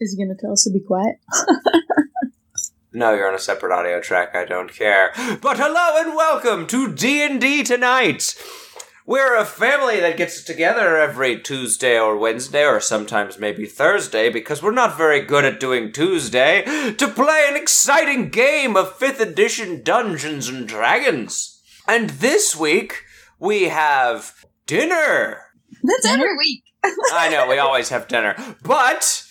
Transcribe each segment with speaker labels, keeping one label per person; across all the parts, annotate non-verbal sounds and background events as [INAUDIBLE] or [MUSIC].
Speaker 1: Is he going to tell us to be quiet?
Speaker 2: No, you're on a separate audio track. I don't care. But hello and welcome to D and D tonight. We're a family that gets together every Tuesday or Wednesday or sometimes maybe Thursday because we're not very good at doing Tuesday to play an exciting game of 5th edition Dungeons and Dragons. And this week we have dinner.
Speaker 3: That's
Speaker 1: Dinner?
Speaker 3: every week.
Speaker 2: I know, we always have dinner. But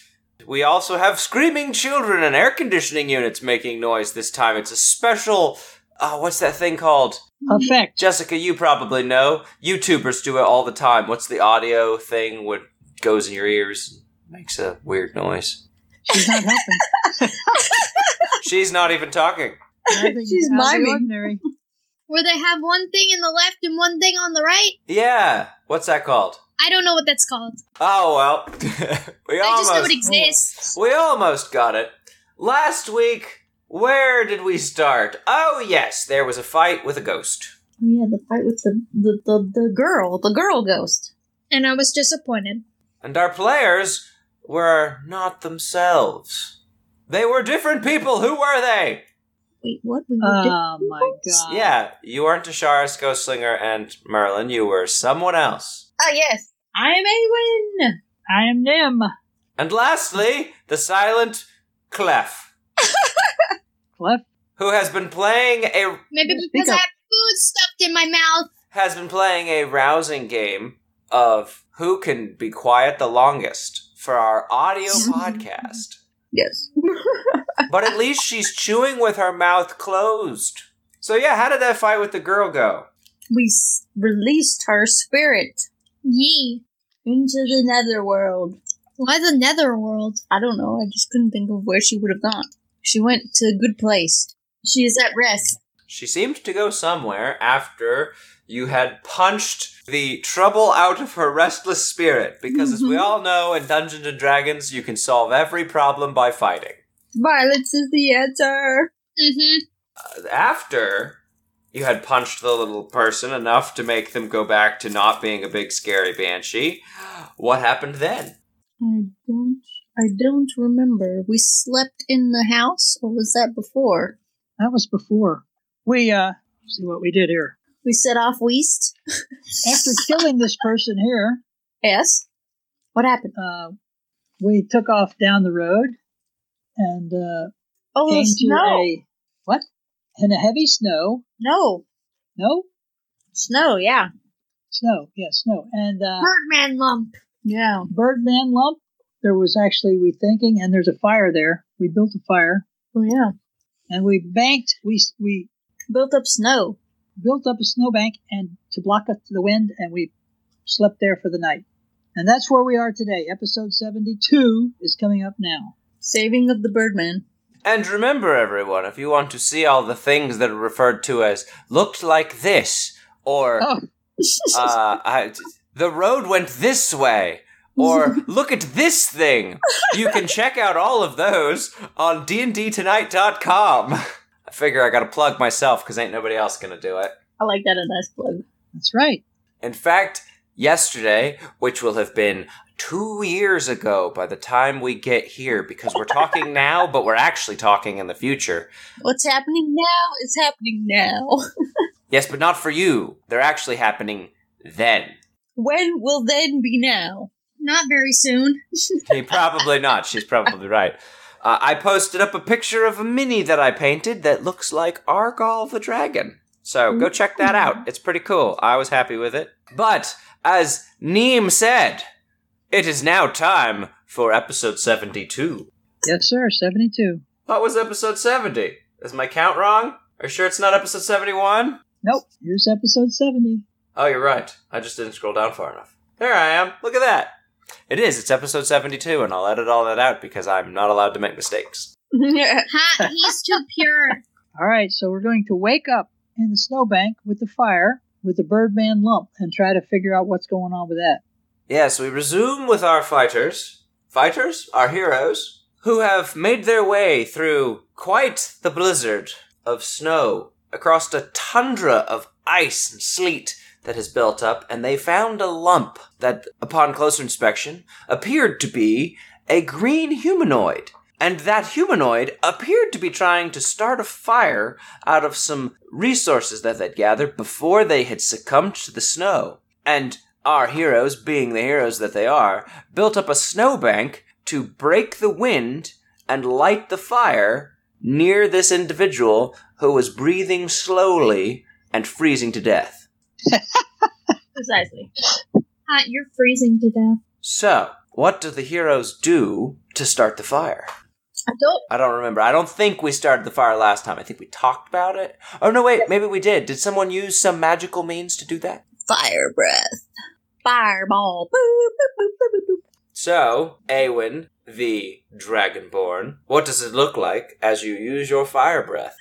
Speaker 2: we also have screaming children and air conditioning units making noise this time. It's a special. Uh, what's that thing called?
Speaker 4: effect.
Speaker 2: Jessica, you probably know. YouTubers do it all the time. What's the audio thing what goes in your ears and makes a weird noise?
Speaker 4: She's not
Speaker 1: [LAUGHS]
Speaker 4: helping.
Speaker 2: She's not even talking.
Speaker 1: Nothing
Speaker 3: She's
Speaker 1: out of the
Speaker 3: miming.
Speaker 1: ordinary.
Speaker 5: where they have one thing in the left and one thing on the right.
Speaker 2: Yeah, what's that called?
Speaker 5: I don't know what that's called.
Speaker 2: Oh well, [LAUGHS] we
Speaker 5: I
Speaker 2: almost
Speaker 5: just know it exists.
Speaker 2: We almost got it. Last week, where did we start? Oh, yes, there was a fight with a ghost.
Speaker 1: Oh, yeah, the fight with the, the, the, the girl, the girl ghost.
Speaker 5: And I was disappointed.
Speaker 2: And our players were not themselves. They were different people. Who were they?
Speaker 1: Wait, what? We were di-
Speaker 4: Oh my god.
Speaker 2: yeah, you weren't Asharis, Ghostslinger, and Merlin. You were someone else.
Speaker 3: Oh yes.
Speaker 4: I am Awen. I am Nim.
Speaker 2: And lastly, the silent Clef,
Speaker 4: Clef.
Speaker 2: who has been playing a
Speaker 5: Maybe
Speaker 4: Yeah, speak
Speaker 5: because I
Speaker 4: up.
Speaker 5: have food stuffed in my mouth.
Speaker 2: has been playing a rousing game of who can be quiet the longest for our audio podcast.
Speaker 1: yes.
Speaker 2: [LAUGHS] But at least she's chewing with her mouth closed. So yeah, how did that fight with the girl go?
Speaker 1: we s- released her spirit
Speaker 5: Yee.
Speaker 1: into the netherworld.
Speaker 5: Why the netherworld?
Speaker 1: I don't know. I just couldn't think of where she would have gone. She went to a good place.
Speaker 3: She is at rest.
Speaker 2: She seemed to go somewhere after you had punched the trouble out of her restless spirit because as we all know in Dungeons and Dragons you can solve every problem by fighting.
Speaker 1: Violence is the answer.
Speaker 5: Mm-hmm.
Speaker 2: after you had punched the little person enough to make them go back to not being a big scary banshee, what happened then?
Speaker 1: I don't. I don't remember. We slept in the house, or was that before?
Speaker 4: That was before. We uh see what we did here.
Speaker 1: We set off west.
Speaker 4: After killing this person here,
Speaker 1: Yes. What happened?
Speaker 4: uh we took off down the road and uh
Speaker 1: Oh
Speaker 4: came to
Speaker 1: snow!
Speaker 4: a what? In a heavy snow.
Speaker 1: No
Speaker 4: No?
Speaker 1: snow. Yeah.
Speaker 4: Snow, yes, snow. And uh
Speaker 5: Birdman lump.
Speaker 1: Yeah.
Speaker 4: Birdman lump. There was actually we thinking and there's a fire there. We built a fire
Speaker 1: Oh yeah.
Speaker 4: and we banked we we
Speaker 1: Built up snow.
Speaker 4: built up a snowbank and to block us the wind, and we slept there for the night. And that's where we are today. Episode 72 is coming up now.
Speaker 1: Saving of the Birdman.
Speaker 2: And remember, everyone, if you want to see all the things that are referred to as looked like this,
Speaker 4: [LAUGHS]
Speaker 2: or
Speaker 4: Oh,
Speaker 2: uh, I, the road went this way, or look at this thing, you can check out all of those on dndtonight.com. [LAUGHS] I figure I gotta plug myself because ain't nobody else gonna do it.
Speaker 1: I like that a nice plug.
Speaker 4: that's right.
Speaker 2: In fact, yesterday, which will have been two years ago by the time we get here, because we're talking now, but we're actually talking in the future.
Speaker 1: What's happening now is happening now.
Speaker 2: Yes, but not for you. They're actually happening then.
Speaker 1: When will then be now?
Speaker 5: Not very soon.
Speaker 2: He probably not. She's probably right. Uh, I posted up a picture of a mini that I painted that looks like Argal the dragon. So go check that out. It's pretty cool. I was happy with it. But as Neem said, it is now time for episode 72.
Speaker 4: Yes, sir. 72.
Speaker 2: That was episode 70. Is my count wrong? Are you sure it's not episode 71?
Speaker 4: Nope. Here's episode 70.
Speaker 2: Oh, you're right. I just didn't scroll down far enough. There I am. Look at that. It is. It's episode 72, and I'll edit all that out because I'm not allowed to make mistakes.
Speaker 1: [LAUGHS]
Speaker 5: Ha, he's too pure.
Speaker 4: All right. So we're going to wake up in the snowbank with the fire with the Birdman lump and try to figure out what's going on with that.
Speaker 2: Yes, we resume with our fighters. Fighters? Our heroes? Who have made their way through quite the blizzard of snow across a tundra of ice and sleet that has built up, and they found a lump that, upon closer inspection, appeared to be a green humanoid. And that humanoid appeared to be trying to start a fire out of some resources that they'd gathered before they had succumbed to the snow. And our heroes, being the heroes that they are, built up a snowbank to break the wind and light the fire near this individual who was breathing slowly and freezing to death.
Speaker 5: Precisely. Hot, you're freezing to death.
Speaker 2: So, what do the heroes do to start the fire?
Speaker 5: I don't.
Speaker 2: I don't remember. I don't think we started the fire last time. I think we talked about it. Oh, no, wait, maybe we did. Did someone use some magical means to do that?
Speaker 1: Fire breath. Fireball. Boop, boop, boop, boop, boop, boop.
Speaker 2: So, Awen, the Dragonborn, what does it look like as you use your fire breath?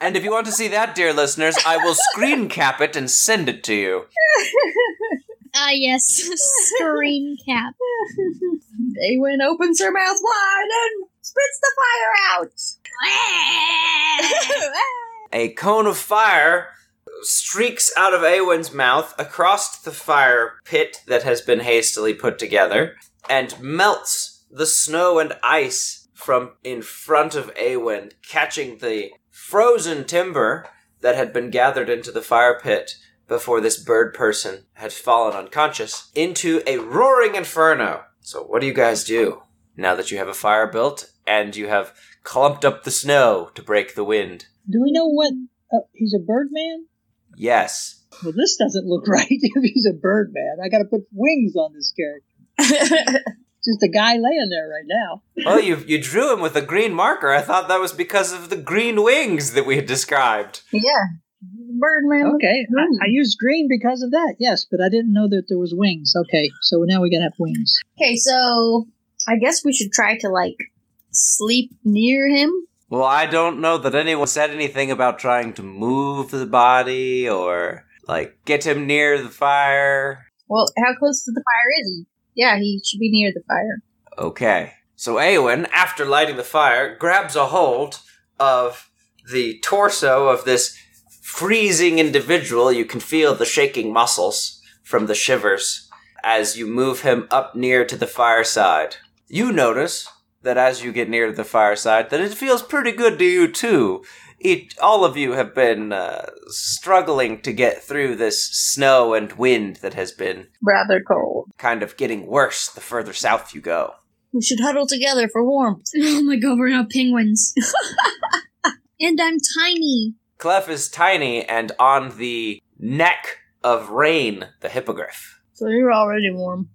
Speaker 2: And if you want to see that, dear listeners, I will screen cap it and send it to you.
Speaker 5: Ah, yes. [LAUGHS] Screen
Speaker 1: [LAUGHS]
Speaker 5: cap.
Speaker 1: Awen opens her mouth wide and spits the fire
Speaker 5: [LAUGHS]
Speaker 1: out. [LAUGHS]
Speaker 2: A cone of fire streaks out of Awen's mouth across the fire pit that has been hastily put together and melts the snow and ice from in front of Awen, catching the frozen timber that had been gathered into the fire pit before this bird person had fallen unconscious into a roaring inferno. So, what do you guys do now that you have a fire built and you have clumped up the snow to break the wind?
Speaker 4: Do we know what? Uh, he's a bird man?
Speaker 2: Yes.
Speaker 4: Well, this doesn't look [LAUGHS] right if he's a bird man. I got to put wings on this character. Just a guy laying there right now.
Speaker 2: Oh, you you drew him with a green marker. I thought that was because of the green wings that we had described.
Speaker 1: yeah. Birdman.
Speaker 4: Okay, I, I used green because of that, yes, but I didn't know that there was wings. Okay, so now we got to have wings.
Speaker 1: Okay, so I guess we should try to like sleep near him.
Speaker 2: Well, I don't know that anyone said anything about trying to move the body or like get him near the fire.
Speaker 1: Well, how close to the fire is he? Yeah, he should be near the fire.
Speaker 2: Okay. So Awen, after lighting the fire, grabs a hold of the torso of this freezing individual. You can feel the shaking muscles from the shivers as you move him up near to the fireside. You notice that as you get near to the fireside, that it feels pretty good to you too. It, all of you have been uh, struggling to get through this snow and wind that has been
Speaker 1: Rather cold.
Speaker 2: kind of getting worse the further south you go.
Speaker 1: We should huddle together for warmth.
Speaker 5: [LAUGHS] Oh my god, we're now
Speaker 4: [LAUGHS]
Speaker 5: penguins. and I'm tiny.
Speaker 2: Clef is tiny and on the neck of Rain, the hippogriff.
Speaker 1: So you're already warm.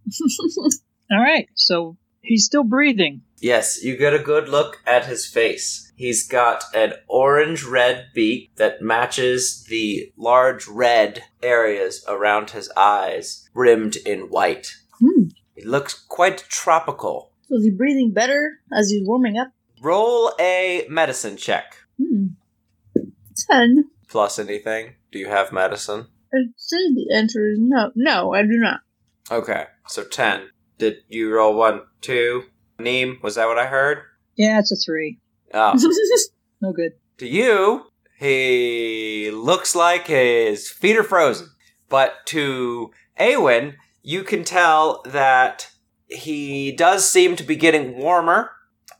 Speaker 4: All right, so he's still breathing.
Speaker 2: Yes, you get a good look at his face. He's got an orange red beak that matches the large red areas around his eyes, rimmed in white.
Speaker 1: Hmm.
Speaker 2: He looks quite tropical.
Speaker 1: So is he breathing better as he's warming up?
Speaker 2: Roll a medicine check.
Speaker 1: Hmm. Ten.
Speaker 2: Plus anything? Do you have medicine?
Speaker 1: I'd say the answer is no. No, I do not.
Speaker 2: Okay, so 10. Did you roll 1, 2? Neem, was that what I heard?
Speaker 4: Yeah, it's a three. Ah.
Speaker 1: [LAUGHS]
Speaker 2: Oh.
Speaker 4: No good.
Speaker 2: To you, he looks like his feet are frozen. But to Awen, you can tell that he does seem to be getting warmer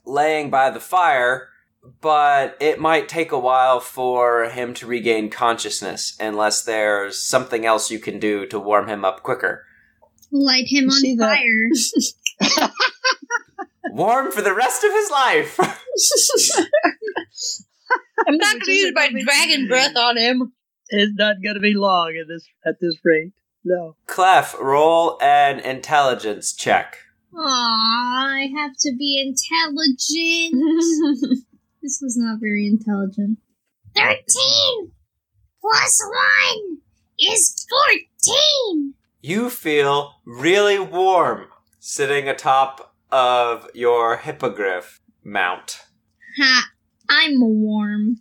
Speaker 2: laying by the fire, but it might take a while for him to regain consciousness unless there's something else you can do to warm him up quicker.
Speaker 5: Light him
Speaker 4: You
Speaker 5: on
Speaker 4: see that? [LAUGHS]
Speaker 5: fire.
Speaker 2: Warm for the rest of his life! [LAUGHS]
Speaker 1: I'm not going to use my dragon breath on him.
Speaker 4: It's not going to be long at this at this rate. No.
Speaker 2: Clef, roll an intelligence check.
Speaker 5: Aw, I have to be
Speaker 4: [LAUGHS]
Speaker 5: intelligent. this was not very intelligent. 13 plus 1 is 14.
Speaker 2: You feel really warm sitting atop of your hippogriff mount.
Speaker 5: Ha, I'm
Speaker 4: [LAUGHS]
Speaker 5: warm.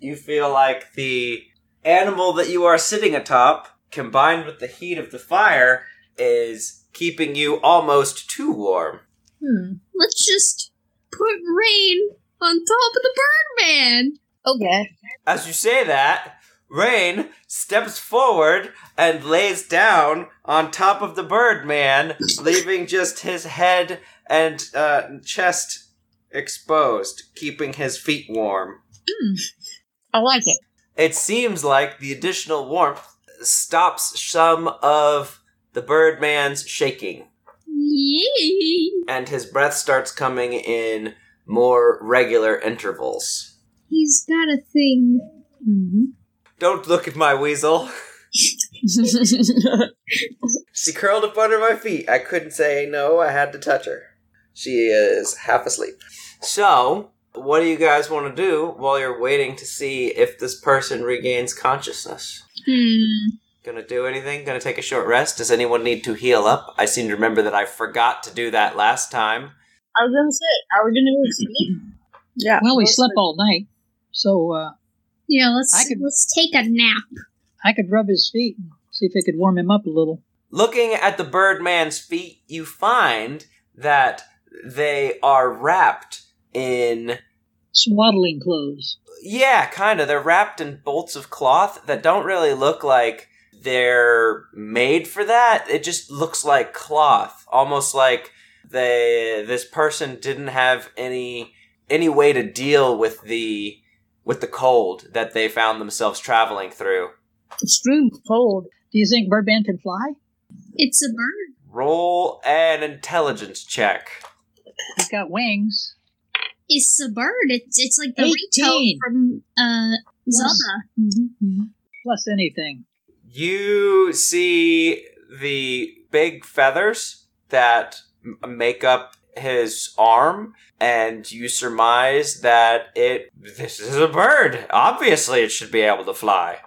Speaker 2: You feel like the animal that you are sitting atop, combined with the heat of the fire, is keeping you almost too warm.
Speaker 1: Hmm.
Speaker 5: Let's just put rain on top of the Birdman.
Speaker 4: [LAUGHS]
Speaker 1: Okay.
Speaker 2: As you say that, Rain steps forward and lays down on top of the Birdman, leaving just his head and uh, chest exposed, keeping his feet warm.
Speaker 1: I like it.
Speaker 2: It seems like the additional warmth stops some of the Birdman's shaking,
Speaker 5: Yay.
Speaker 2: and his breath starts coming in more regular intervals.
Speaker 5: He's got a thing. Mm-hmm.
Speaker 2: Don't look at my weasel. She curled up under my feet. I couldn't say no. I had to touch her. She is half asleep. So, what do you guys want to do while you're waiting to see if this person regains consciousness?
Speaker 5: Hmm.
Speaker 2: Gonna do anything? Gonna take a short rest? Does anyone need to heal up? I seem to remember that I forgot to do that last time.
Speaker 1: I was gonna say, are we gonna go sleep? Yeah.
Speaker 4: Well, we
Speaker 1: Let's
Speaker 4: slept all night, so uh,
Speaker 5: Yeah, let's
Speaker 4: I could-
Speaker 5: let's take a nap.
Speaker 4: I could rub his feet and see if it could warm him up a little.
Speaker 2: Looking at the birdman's feet, you find that they are wrapped in
Speaker 4: Swaddling clothes.
Speaker 2: Yeah, kind of. They're wrapped in bolts of cloth that don't really look like they're made for that. It just looks like cloth, almost like they this person didn't have any any way to deal with the with the cold that they found themselves traveling through.
Speaker 1: Extreme cold.
Speaker 4: Do you think Birdman can fly?
Speaker 5: It's a bird.
Speaker 2: Roll an intelligence check.
Speaker 4: He's got wings.
Speaker 5: It's a bird. It's it's like the Rito
Speaker 4: 18.
Speaker 5: from uh Zelda.
Speaker 1: Mm-hmm.
Speaker 4: Plus anything.
Speaker 2: You see the big feathers that m- make up his arm, and you surmise that it. This is a bird. Obviously, it should be able to fly.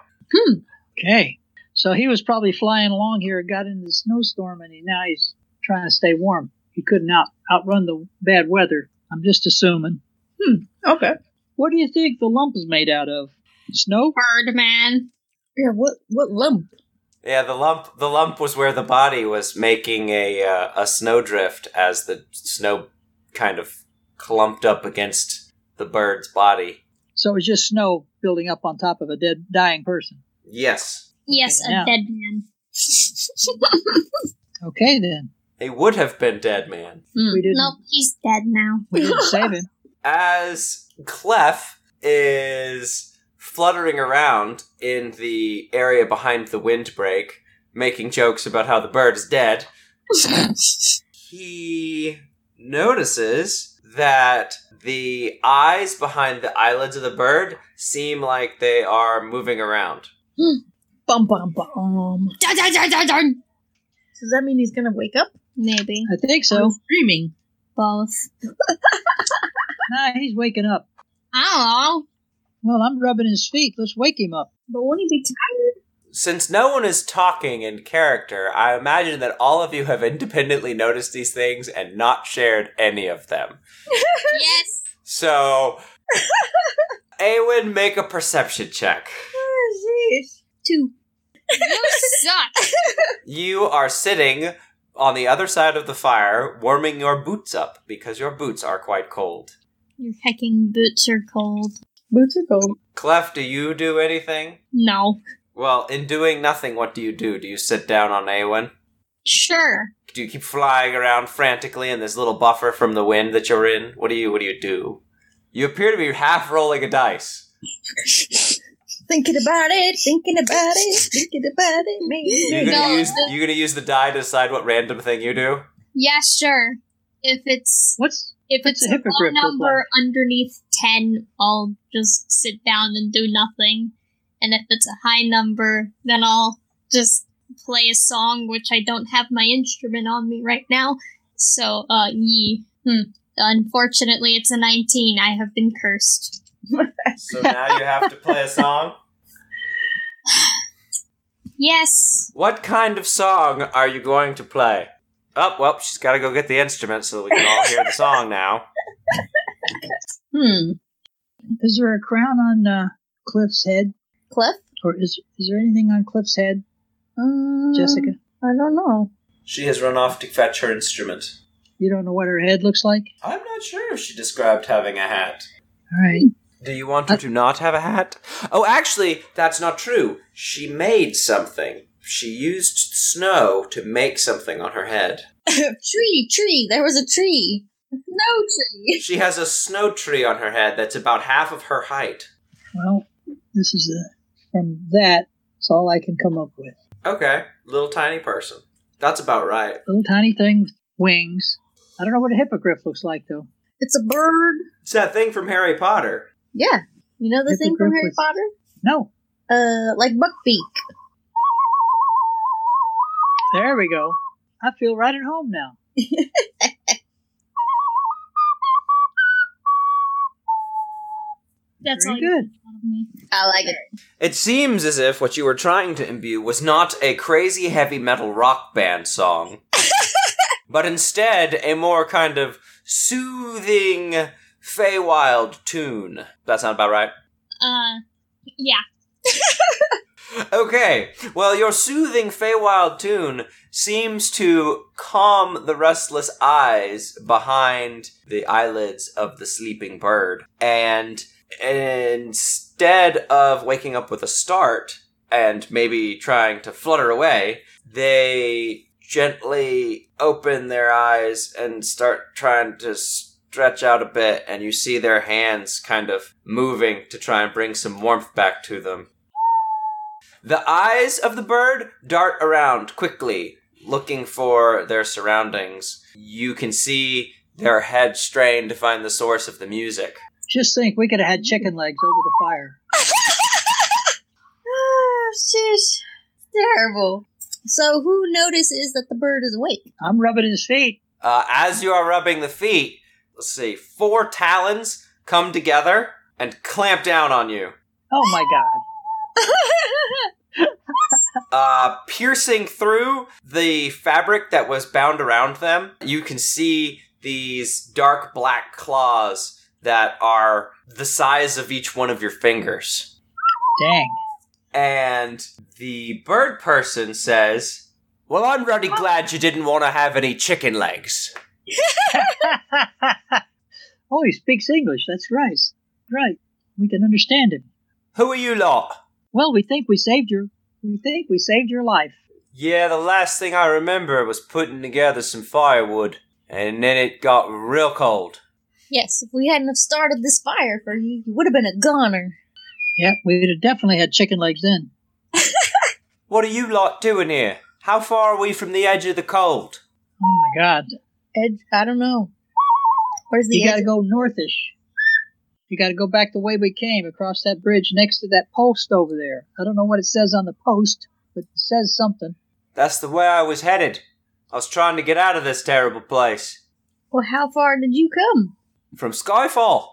Speaker 4: Okay. So he was probably flying along here, got into the snowstorm, and he, now he's trying to stay warm. He couldn't out, outrun the bad weather. I'm just assuming.
Speaker 1: Hmm. Okay.
Speaker 4: What do you think the lump is made out of? Snow?
Speaker 5: Birdman.
Speaker 1: Yeah. What? What lump?
Speaker 2: Yeah, the lump. The lump was where the body was making a uh, a snowdrift as the snow kind of clumped up against the bird's body.
Speaker 4: So it's just snow building up on top of a dead, dying person.
Speaker 2: Yes,
Speaker 5: Yes, a
Speaker 4: Yeah.
Speaker 5: dead man. [LAUGHS]
Speaker 4: Okay, then.
Speaker 2: he would have been dead, man.
Speaker 1: Hmm.
Speaker 4: We didn't,
Speaker 5: nope, he's dead now.
Speaker 4: we didn't save him.
Speaker 2: as Clef is fluttering around in the area behind the windbreak, making jokes about how the bird is dead, he notices that the eyes behind the eyelids of the bird seem like they are moving around.
Speaker 1: Bum bum bum.
Speaker 5: Dun, dun, dun, dun, dun.
Speaker 1: Does that mean he's gonna wake up?
Speaker 5: Maybe
Speaker 4: I
Speaker 1: [LAUGHS]
Speaker 4: think so.
Speaker 3: Dreaming.
Speaker 5: both.
Speaker 4: Nah, he's waking up.
Speaker 5: I don't know.
Speaker 4: Well, I'm rubbing his feet. Let's wake him up.
Speaker 5: But won't he be tired?
Speaker 2: Since no one is talking in character, I imagine that all of you have independently noticed these things and not shared any of them.
Speaker 5: yes.
Speaker 2: So, Awen, make a perception check.
Speaker 5: Two. You [LAUGHS] suck.
Speaker 2: You are sitting on the other side of the fire, warming your boots up because your boots are quite cold.
Speaker 5: Your hecking boots are cold.
Speaker 1: Boots are cold.
Speaker 2: Clef, do you do anything?
Speaker 5: No.
Speaker 2: Well, in doing nothing, what do you do? Do you sit down on Awen?
Speaker 5: Sure.
Speaker 2: Do you keep flying around frantically in this little buffer from the wind that you're in? What do you What do you do? You appear to be half rolling a dice.
Speaker 1: Thinking about it. Thinking about it. Thinking about it.
Speaker 2: You're
Speaker 1: Maybe.
Speaker 2: gonna
Speaker 5: No.
Speaker 2: use You're gonna use the die to decide what random thing you do.
Speaker 5: Yeah, sure. If it's
Speaker 4: What's
Speaker 5: if
Speaker 4: What's
Speaker 5: it's
Speaker 4: a
Speaker 5: a
Speaker 4: hippogriff
Speaker 5: low
Speaker 4: look
Speaker 5: number underneath ten, I'll just sit down and do nothing. And if it's a high number, then I'll just play a song, which I don't have my instrument on me right now. So, uh, ye. Hmm. Unfortunately, it's a nineteen. I have been cursed.
Speaker 2: So now you have to play a song.
Speaker 5: Yes.
Speaker 2: What kind of song are you going to play? Oh, well, she's got to go get the instrument so that we can all hear the song now.
Speaker 3: Hmm.
Speaker 4: is there a crown on uh, Cliff's head,
Speaker 1: Cliff.
Speaker 4: or is is there anything on Cliff's head,
Speaker 1: Um,
Speaker 4: Jessica?
Speaker 1: I don't know.
Speaker 2: [LAUGHS] She has run off to fetch her instrument.
Speaker 4: You don't know what her head looks like.
Speaker 2: I'm not sure if she described having a hat.
Speaker 4: All right.
Speaker 2: Do you want her to not have a hat? Oh, actually, that's not true. She made something. She used snow to make something on her head.
Speaker 1: [LAUGHS] tree, tree. There was a tree. No tree.
Speaker 2: She has a snow tree on her head that's about half of her height.
Speaker 4: Well, this is a, from that. It's all I can come up with.
Speaker 2: Okay, little tiny person. That's about right.
Speaker 4: Little tiny thing with wings. I don't know what a hippogriff looks like though.
Speaker 1: It's a bird.
Speaker 2: It's that thing from Harry Potter.
Speaker 1: Yeah. You know the
Speaker 4: It's a
Speaker 1: thing from
Speaker 4: group
Speaker 1: Harry
Speaker 4: with-
Speaker 1: Potter?
Speaker 4: No,
Speaker 1: Uh, like buckbeak.
Speaker 4: there we go. I feel right at home now.
Speaker 5: That's
Speaker 4: Very
Speaker 5: all you
Speaker 4: good.
Speaker 5: want of me.
Speaker 1: I like it.
Speaker 2: It seems as if what you were trying to imbue was not a crazy heavy metal rock band song, but instead a more kind of soothing Feywild tune. That sound about right?
Speaker 5: Uh, yeah.
Speaker 2: Okay, well, your soothing Feywild tune seems to calm the restless eyes behind the eyelids of the sleeping bird. And instead of waking up with a start and maybe trying to flutter away, they gently open their eyes and start trying to stretch out a bit. And you see their hands kind of moving to try and bring some warmth back to them. The eyes of the bird dart around quickly, looking for their surroundings. You can see their head strain to find the source of the music.
Speaker 4: Just think, we could have had chicken legs over the fire.
Speaker 1: Ah, sheesh. Terrible. So who notices that the bird is awake?
Speaker 4: I'm rubbing his feet.
Speaker 2: Uh, as you are rubbing the feet, let's see, four talons come together and clamp down on you,
Speaker 4: Oh my god.
Speaker 2: uh, piercing through the fabric that was bound around them. You can see these dark black claws that are the size of each one of your fingers.
Speaker 4: Dang. [LAUGHS]
Speaker 2: And the bird person says, Well, I'm really glad you didn't want to have any chicken legs.
Speaker 4: oh, he speaks English. That's right. Right. We can understand him.
Speaker 2: Who are you lot?
Speaker 4: Well, we think we saved your. We think we saved your life.
Speaker 2: Yeah, the last thing I remember was putting together some firewood, and then it got real cold.
Speaker 1: Yes, if we hadn't have started this fire for you, you would have been a goner.
Speaker 4: Yeah, we'd have definitely had chicken legs then.
Speaker 2: What are you lot doing here? How far are we from the edge of the cold?
Speaker 4: Oh my god.
Speaker 1: Edge, I don't know. Where's the
Speaker 4: you
Speaker 1: edge?
Speaker 4: gotta go northish. You gotta go back the way we came across that bridge next to that post over there. I don't know what it says on the post, but it says something.
Speaker 2: That's the way I was headed. I was trying to get out of this terrible place.
Speaker 1: well, how far did you come? [LAUGHS]
Speaker 2: From Skyfall.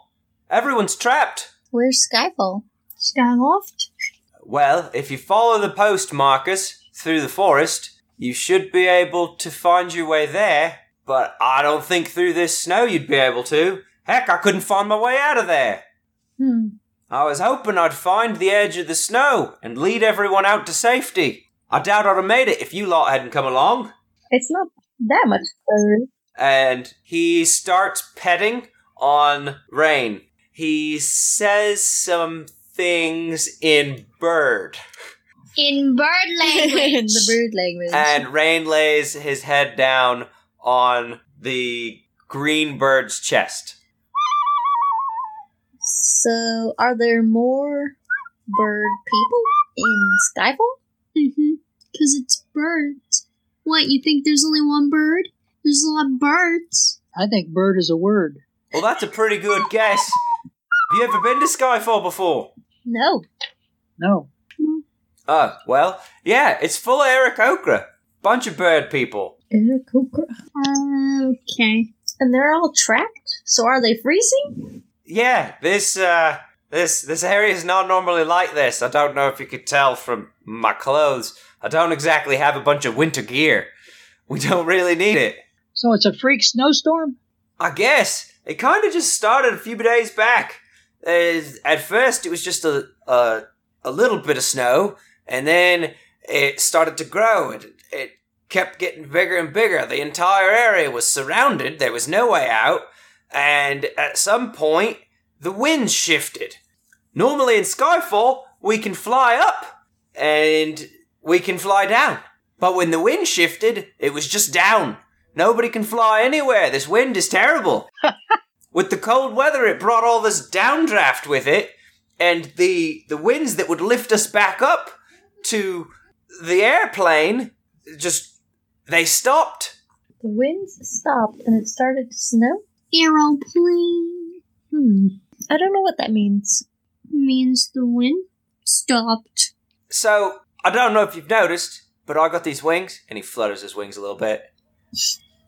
Speaker 2: Everyone's trapped.
Speaker 1: Where's Skyfall?
Speaker 5: Skyloft?
Speaker 2: Well, if you follow the post markers through the forest, you should be able to find your way there. But I don't think through this snow you'd be able to. Heck, I couldn't find my way out of there.
Speaker 1: Hmm.
Speaker 2: I was hoping I'd find the edge of the snow and lead everyone out to safety. I doubt I'd have made it if you lot hadn't come along.
Speaker 1: It's not that much further.
Speaker 2: And he starts petting on Rain. He says some things in bird.
Speaker 5: In bird
Speaker 1: [LAUGHS] In
Speaker 5: language.
Speaker 1: the bird language.
Speaker 2: And Rain lays his head down on the green bird's chest.
Speaker 1: so, are there more bird people in Skyfall?
Speaker 5: Mm-hmm. Because it's birds. What, you think there's only one bird? There's a lot of birds.
Speaker 4: I think bird is a word.
Speaker 2: Well, that's a pretty good guess. Have you ever been to Skyfall before?
Speaker 1: No.
Speaker 4: No.
Speaker 2: Oh, well, yeah, it's full of Eric Okra. Bunch of bird people.
Speaker 1: Eric Cooper.
Speaker 5: Okay.
Speaker 1: And they're all tracked? So, are they freezing?
Speaker 2: Yeah, this, uh, this, this area is not normally like this. I don't know if you could tell from my clothes. I don't exactly have a bunch of winter gear. We don't really need it.
Speaker 4: So it's a freak snowstorm?
Speaker 2: I guess it kind of just started a few days back. Uh, at first, it was just a, a a little bit of snow, and then it started to grow. It it kept getting bigger and bigger. The entire area was surrounded. There was no way out, and at some point, the wind shifted. Normally in Skyfall, we can fly up and we can fly down. But when the wind shifted, it was just down. Nobody can fly anywhere. This wind is terrible. with the cold weather, it brought all this downdraft with it, and the the winds that would lift us back up to the airplane just they stopped.
Speaker 1: The winds stopped and it started to snow?
Speaker 5: Aeroplane
Speaker 1: Hmm. I don't know what that means.
Speaker 5: means the wind stopped.
Speaker 2: So I don't know if you've noticed, but I got these wings, and he flutters his wings a little bit.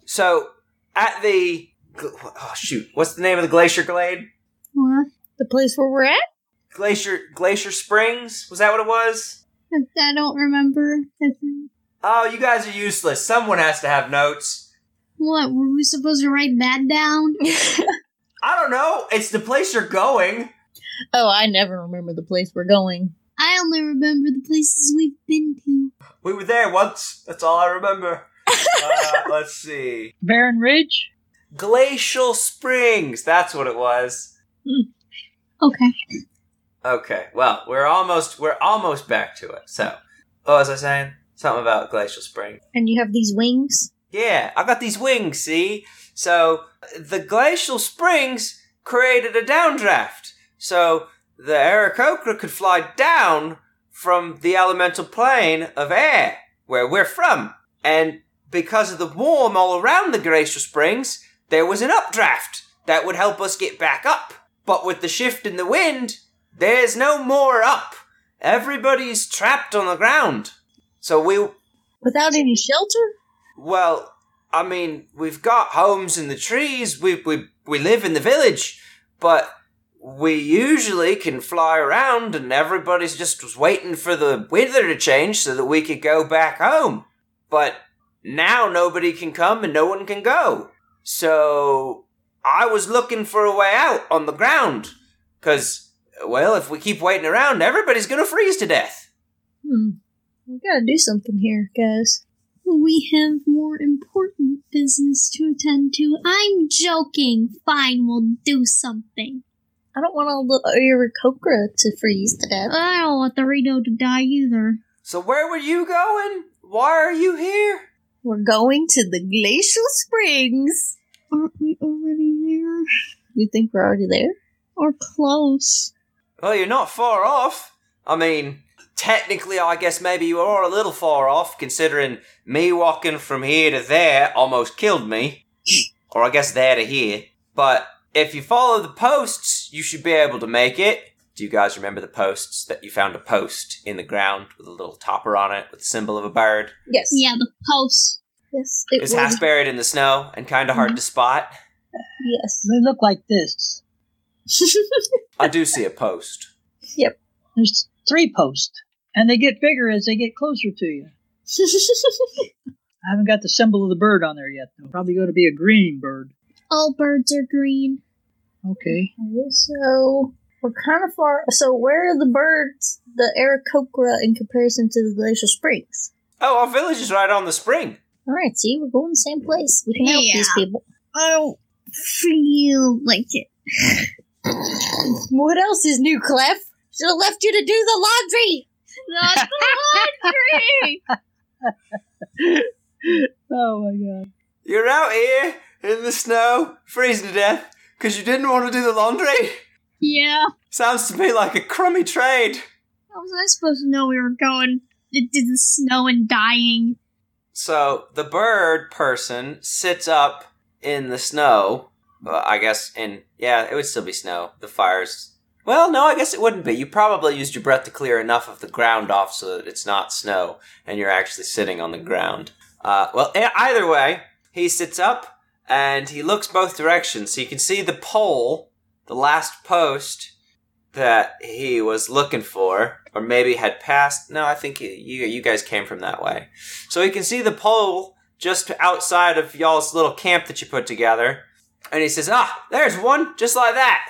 Speaker 2: So at the gl- oh shoot, what's the name of the glacier glade?
Speaker 5: What?
Speaker 1: The place where we're at?
Speaker 2: Glacier Glacier Springs was that what it was?
Speaker 5: I don't remember.
Speaker 2: Oh, you guys are useless. Someone has to have notes.
Speaker 5: What? Were we supposed to write that
Speaker 1: [LAUGHS]
Speaker 5: down?
Speaker 2: I don't know. It's the place you're going.
Speaker 1: Oh, I never remember the place we're going.
Speaker 5: I only remember the places we've been to.
Speaker 2: We were there once. That's all I remember. uh, let's see.
Speaker 4: Barren Ridge?
Speaker 2: Glacial Springs. That's what it was.
Speaker 5: Okay.
Speaker 2: Okay. Well, we're almost we're almost back to it. So, what was I saying? Something about Glacial Spring.
Speaker 1: And you have these wings?
Speaker 2: Yeah, I got these wings. See, so the Glacial Springs created a downdraft, so the Aarakocra could fly down from the elemental plane of air where we're from, and because of the warm all around the Glacial Springs, there was an updraft that would help us get back up. But with the shift in the wind, there's no more up. Everybody's trapped on the ground. So we
Speaker 1: Without any shelter?
Speaker 2: well, I mean, we've got homes in the trees. We we we live in the village, but we usually can fly around, and everybody's just was waiting for the weather to change so that we could go back home. But now nobody can come and no one can go. So I was looking for a way out on the ground, because well, if we keep waiting around, everybody's gonna freeze to death.
Speaker 1: Hmm. We gotta do something here, guys.
Speaker 5: We have more important business to attend to. I'm joking. Fine, we'll do something.
Speaker 1: I don't want all the Aarakocra to freeze to death.
Speaker 5: I don't want the Rito to die either.
Speaker 2: So where were you going? Why are you here?
Speaker 1: We're going to the glacial springs.
Speaker 5: Aren't we already there?
Speaker 1: You think we're already there?
Speaker 5: Or close?
Speaker 2: Well, you're not far off. I mean, technically, I guess maybe you are a little far off, considering me walking from here to there almost killed me. or I guess there to here. But if you follow the posts, you should be able to make it. Do you guys remember the posts that you found a post in the ground with a little topper on it with the symbol of a bird?
Speaker 1: Yes. [LAUGHS]
Speaker 5: Yeah, the post.
Speaker 1: Yes. It
Speaker 2: It's
Speaker 1: was- Mm-hmm.
Speaker 2: half buried in the snow and kind of hard to spot.
Speaker 1: Yes.
Speaker 4: They look like this.
Speaker 2: I do see a post.
Speaker 4: There's three posts, and they get bigger as they get closer to you. I haven't got the symbol of the bird on there yet, though. Probably going to be a green bird.
Speaker 5: All birds are green.
Speaker 4: Okay.
Speaker 1: so we're kind of far. So where are the birds, the Aarakocra, in comparison to the glacial springs?
Speaker 2: Oh, our village is right on the spring.
Speaker 1: All right. See, we're going the same place. We can help
Speaker 5: Yeah.
Speaker 1: these people.
Speaker 5: I don't feel like it.
Speaker 1: What else is new, Clef? Should have left you to do the laundry.
Speaker 5: Not the laundry!
Speaker 4: Oh my god.
Speaker 2: You're out here in the snow, freezing to death, because you didn't want to do the laundry?
Speaker 5: [LAUGHS] yeah.
Speaker 2: Sounds to me like a crummy trade.
Speaker 5: How was I supposed to know we were going into the snow and dying?
Speaker 2: So the bird person sits up in the snow. Well, I guess, and yeah, it would still be snow. The fire's. Well, no, I guess it wouldn't be. You probably used your breath to clear enough of the ground off so that it's not snow and you're actually sitting on the ground. Uh, well, e- either way, he sits up and he looks both directions. He can see the pole, the last post that he was looking for, or maybe had passed. No, I think you, you you guys came from that way. So he can see the pole just outside of y'all's little camp that you put together. And he says, Ah, there's one, just like that.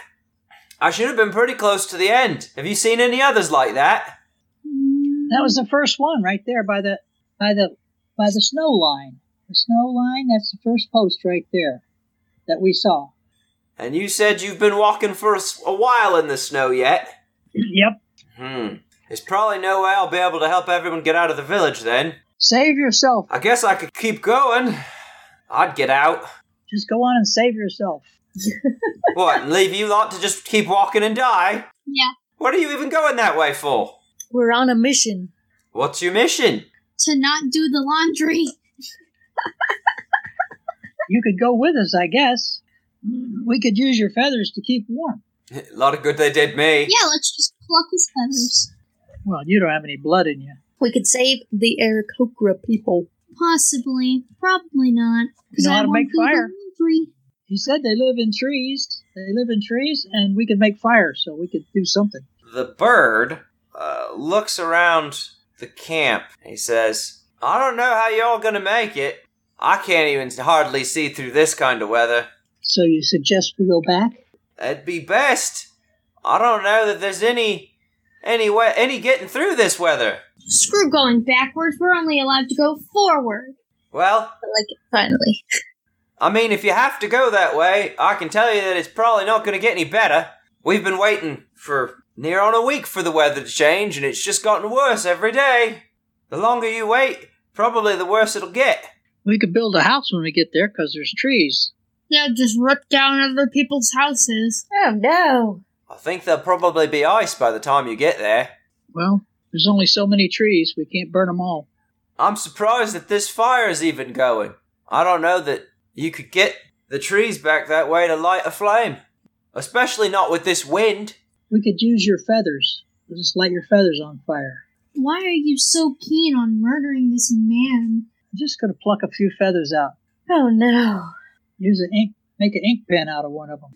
Speaker 2: I should have been pretty close to the end. Have you seen any others like that?
Speaker 4: That was the first one right there by the by the by the snow line. The snow line, that's the first post right there that we saw.
Speaker 2: And you said you've been walking for a, s- a while in the snow yet.
Speaker 4: [CLEARS THROAT] Yep.
Speaker 2: Hmm. There's probably no way I'll be able to help everyone get out of the village then.
Speaker 4: Save yourself.
Speaker 2: I guess I could keep going. I'd get out.
Speaker 4: Just go on and save yourself.
Speaker 2: What, and leave you lot to just keep walking and die?
Speaker 5: Yeah.
Speaker 2: What are you even going that way for?
Speaker 1: We're on a mission.
Speaker 2: What's your mission? [LAUGHS]
Speaker 5: To not do the laundry.
Speaker 4: You could go with us, I guess. We could use your feathers to keep warm.
Speaker 2: A lot of good they did me.
Speaker 5: Yeah, let's just pluck his feathers.
Speaker 4: Well, you don't have any blood in you.
Speaker 1: We could save the Aarakocra people.
Speaker 5: Possibly. Probably not.
Speaker 4: You know how to
Speaker 5: won't
Speaker 4: make
Speaker 5: do the
Speaker 4: fire.
Speaker 5: laundry.
Speaker 4: He said they live in trees. They live in trees, and we could make fire, so we could do something.
Speaker 2: The bird uh, looks around the camp. He says, I don't know how y'all gonna make it. I can't even hardly see through this kind of weather.
Speaker 4: So you suggest we go back?
Speaker 2: That'd be best. I don't know that there's any any way any getting through this weather.
Speaker 5: Screw going backwards. We're only allowed to go forward.
Speaker 2: Well,
Speaker 1: I like it finally.
Speaker 2: I mean, if you have to go that way, I can tell you that it's probably not going to get any better. We've been waiting for near on a week for the weather to change, and it's just gotten worse every day. The longer you wait, probably the worse it'll get.
Speaker 4: We could build a house when we get there because there's trees.
Speaker 5: Yeah, just rip down other people's houses.
Speaker 1: Oh no.
Speaker 2: I think there'll probably be ice by the time you get there.
Speaker 4: Well, there's only so many trees. We can't burn them all.
Speaker 2: I'm surprised that this fire is even going. I don't know that you could get the trees back that way to light a flame, especially not with this wind.
Speaker 4: We could use your feathers. We'll just light your feathers on fire.
Speaker 5: Why are you so keen on murdering this man?
Speaker 4: I'm just going to pluck a few feathers out.
Speaker 1: Oh no.
Speaker 4: Use an ink, make an ink pen out of one of them.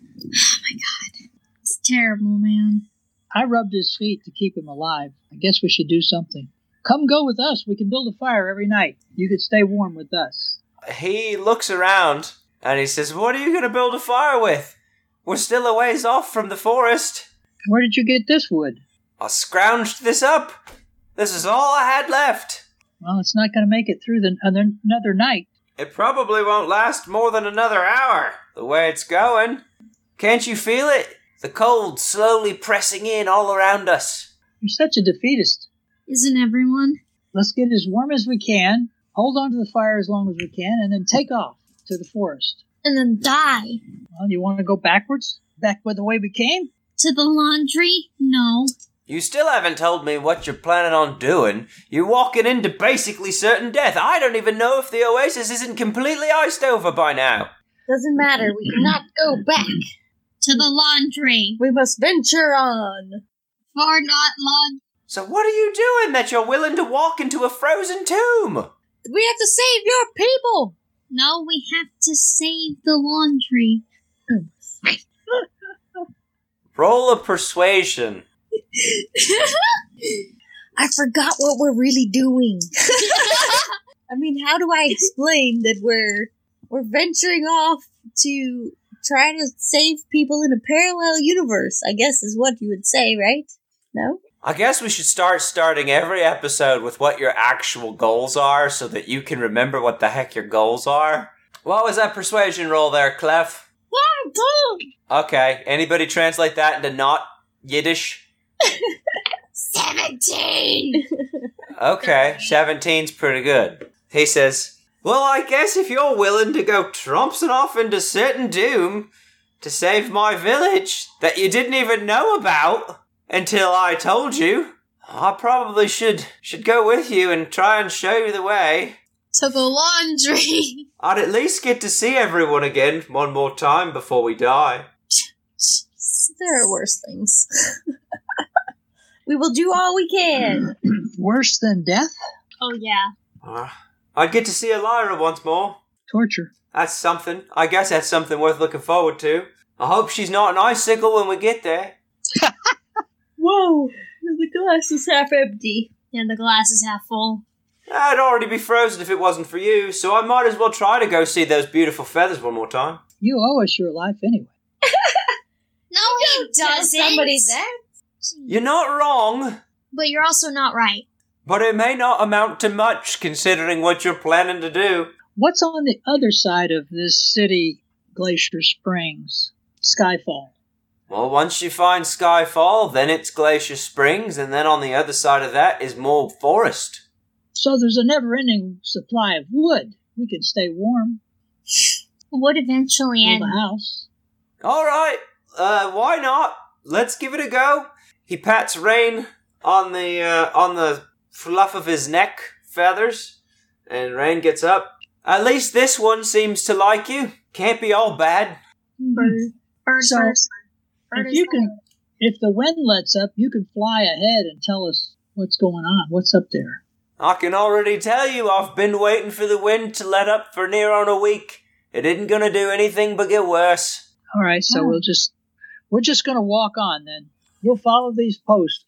Speaker 5: It's terrible, man.
Speaker 4: I rubbed his feet to keep him alive. I guess we should do something. Come go with us. We can build a fire every night. You could stay warm with us.
Speaker 2: he looks around and he says, What are you going to build a fire with? We're still a ways off from the forest.
Speaker 4: Where did you get this wood?
Speaker 2: I scrounged this up. This is all I had left.
Speaker 4: Well, it's not going to make it through the another, another night.
Speaker 2: It probably won't last more than another hour, the way it's going. Can't you feel it? The cold slowly pressing in all around us.
Speaker 4: You're such a defeatist.
Speaker 5: Isn't everyone?
Speaker 4: Let's get as warm as we can, hold on to the fire as long as we can, and then take off to the forest.
Speaker 5: And then die.
Speaker 4: Well, you want to go backwards? Back with the way we came?
Speaker 5: To the laundry? No.
Speaker 2: You still haven't told me what you're planning on doing. You're walking into basically certain death. I don't even know if the oasis isn't completely iced over by now.
Speaker 1: Doesn't matter. We cannot go back.
Speaker 5: To the laundry.
Speaker 1: We must venture on.
Speaker 5: For not laundry.
Speaker 2: So what are you doing that you're willing to walk into a frozen tomb?
Speaker 1: We have to save your people.
Speaker 5: No, we have to save the laundry.
Speaker 2: Roll a persuasion.
Speaker 1: I forgot what we're really [LAUGHS] doing. I mean, how do I explain that we're we're venturing off to try to save people in a parallel universe? I guess is what you would say, right? No.
Speaker 2: I guess we should start starting every episode with what your actual goals are so that you can remember what the heck your goals are. What was that persuasion roll there, Clef? Okay, anybody translate that into not Yiddish?
Speaker 5: 17!
Speaker 2: Okay, 17's pretty good. He says, Well, I guess if you're willing to go trompsing off into certain doom to save my village that you didn't even know about until I told you, I probably should should go with you and try and show you the way.
Speaker 5: to the laundry. [LAUGHS]
Speaker 2: I'd at least get to see everyone again one more time before we die.
Speaker 1: There are worse things. [LAUGHS] we will do all we can.
Speaker 4: Worse than death?
Speaker 5: Oh, yeah.
Speaker 2: Uh, I'd get to see Elira once more.
Speaker 4: Torture.
Speaker 2: That's something. I guess that's something worth looking forward to. I hope she's not an icicle when we get there.
Speaker 1: Whoa, [SIGHS] the glass is half empty.
Speaker 5: And the glass is half full.
Speaker 2: I'd already be frozen if it wasn't for you, so I might as well try to go see those beautiful feathers one more time.
Speaker 4: You owe us your life anyway.
Speaker 5: No, he doesn't.
Speaker 1: Somebody's there.
Speaker 2: You're not wrong,
Speaker 5: But you're also not right.
Speaker 2: but it may not amount to much considering what you're planning to do.
Speaker 4: What's on the other side of this city, Glacier Springs? Skyfall.
Speaker 2: Well, once you find Skyfall, then it's Glacier Springs, and then on the other side of that is more forest.
Speaker 4: So there's a never ending supply of wood. We can stay warm,
Speaker 5: Would eventually
Speaker 4: build
Speaker 5: end.
Speaker 4: a house.
Speaker 2: All right, uh, why not? Let's give it a go. He pats Rain on the uh, on the fluff of his neck feathers, and Rain gets up. At least this one seems to like you. Can't be all bad.
Speaker 5: Bird, bird
Speaker 4: So,
Speaker 5: first. Bird
Speaker 4: If
Speaker 5: is
Speaker 4: you
Speaker 5: the
Speaker 4: can, if the wind lets up, you can fly ahead and tell us what's going on. What's up there?
Speaker 2: I can already tell you I've been waiting for the wind to let up for near on a week. It isn't gonna do anything but get worse.
Speaker 4: All right, so
Speaker 1: Oh.
Speaker 4: we'll just we're just gonna walk on then. You'll follow these posts.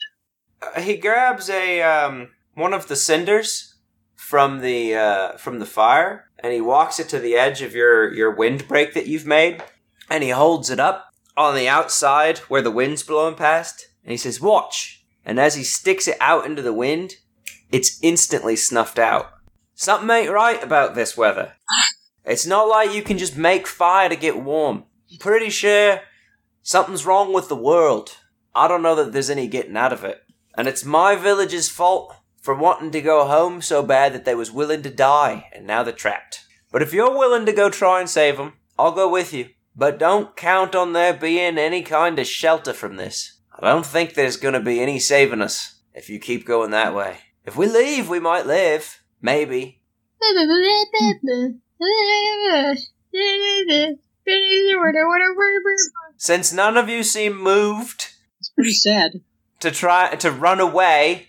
Speaker 2: Uh, he grabs a um, one of the cinders from the uh, from the fire and he walks it to the edge of your your windbreak that you've made and he holds it up on the outside where the wind's blowing past and he says watch and as he sticks it out into the wind it's instantly snuffed out something ain't right about this weather it's not like you can just make fire to get warm pretty sure something's wrong with the world i don't know that there's any getting out of it and it's my village's fault for wanting to go home so bad that they was willing to die, and now they're trapped. But if you're willing to go try and save them, I'll go with you. But don't count on there being any kind of shelter from this. I don't think there's gonna be any saving us if you keep going that way. If we leave, we might live. Maybe. Since none of you seem moved
Speaker 4: It's pretty sad.
Speaker 2: to try to run away,